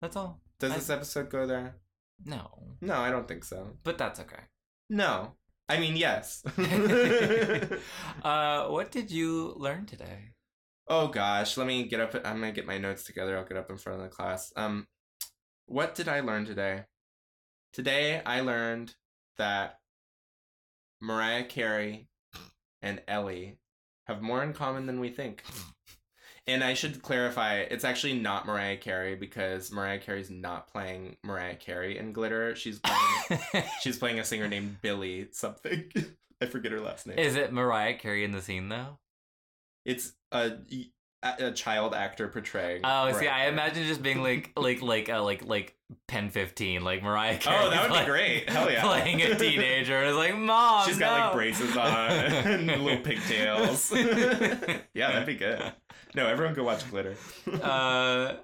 Speaker 1: that's all.
Speaker 2: does
Speaker 1: I-
Speaker 2: this episode go there?
Speaker 1: No,
Speaker 2: No, I don't think so.
Speaker 1: but that's okay.
Speaker 2: No, I mean yes.
Speaker 1: Uh, what did you learn today?
Speaker 2: oh gosh, let me get up. I'm gonna get my notes together. I'll get up in front of the class. Um, what did I learn today? Today I learned that Mariah Carey and Ellie have more in common than we think. And I should clarify, it's actually not Mariah Carey because Mariah Carey's not playing Mariah Carey in Glitter. She's playing, she's playing a singer named Billy something. I forget her last name.
Speaker 1: Is it Mariah Carey in the scene though?
Speaker 2: It's a a a child actor portraying.
Speaker 1: Oh, see,
Speaker 2: Mariah
Speaker 1: I
Speaker 2: Carey.
Speaker 1: imagine just being like, like, like, uh, like, like, ten fifteen, like Mariah Carey.
Speaker 2: Oh, that would be great. Hell yeah.
Speaker 1: Playing a teenager and it's like, mom,
Speaker 2: She's got like
Speaker 1: oh, no."
Speaker 2: braces on and little pigtails. yeah, that'd be good. No, everyone go watch Glitter.
Speaker 1: Uh,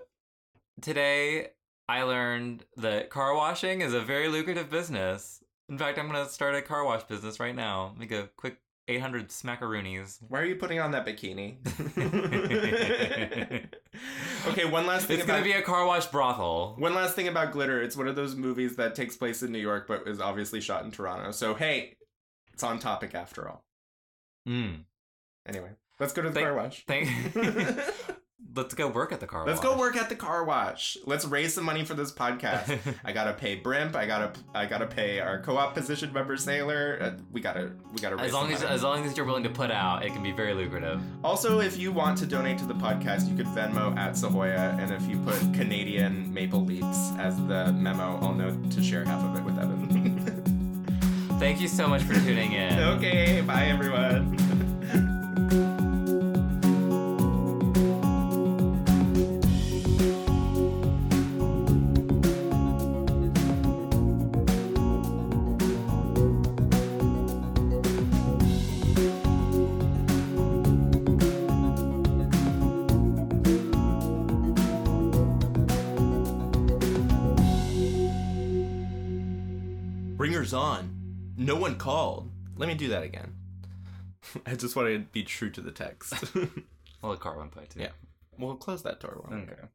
Speaker 1: today I learned that car washing is a very lucrative business. In fact, I'm gonna start a car wash business right now. Make a quick 800 smackaroonies.
Speaker 2: Why are you putting on that bikini? okay, one last thing
Speaker 1: It's
Speaker 2: about
Speaker 1: gonna be a car wash brothel.
Speaker 2: one last thing about Glitter. It's one of those movies that takes place in New York but is obviously shot in Toronto. So hey, it's on topic after all.
Speaker 1: Mm.
Speaker 2: Anyway, let's go to the
Speaker 1: Thank-
Speaker 2: car wash.
Speaker 1: Thank. Let's go work at the car
Speaker 2: Let's
Speaker 1: wash.
Speaker 2: go work at the car wash. Let's raise some money for this podcast. I gotta pay Brimp. I gotta I gotta pay our co-op position member Sailor. Uh, we gotta we gotta. Raise
Speaker 1: as long
Speaker 2: some
Speaker 1: as
Speaker 2: money.
Speaker 1: as long as you're willing to put out, it can be very lucrative.
Speaker 2: also, if you want to donate to the podcast, you could Venmo at Sahoya, and if you put Canadian maple leaves as the memo, I'll know to share half of it with Evan.
Speaker 1: Thank you so much for tuning in.
Speaker 2: okay, bye everyone. Ringers on. No one called. Let me do that again. I just want to be true to the text.
Speaker 1: Well, the car went by too.
Speaker 2: Yeah. we'll close that door. while we
Speaker 1: Okay.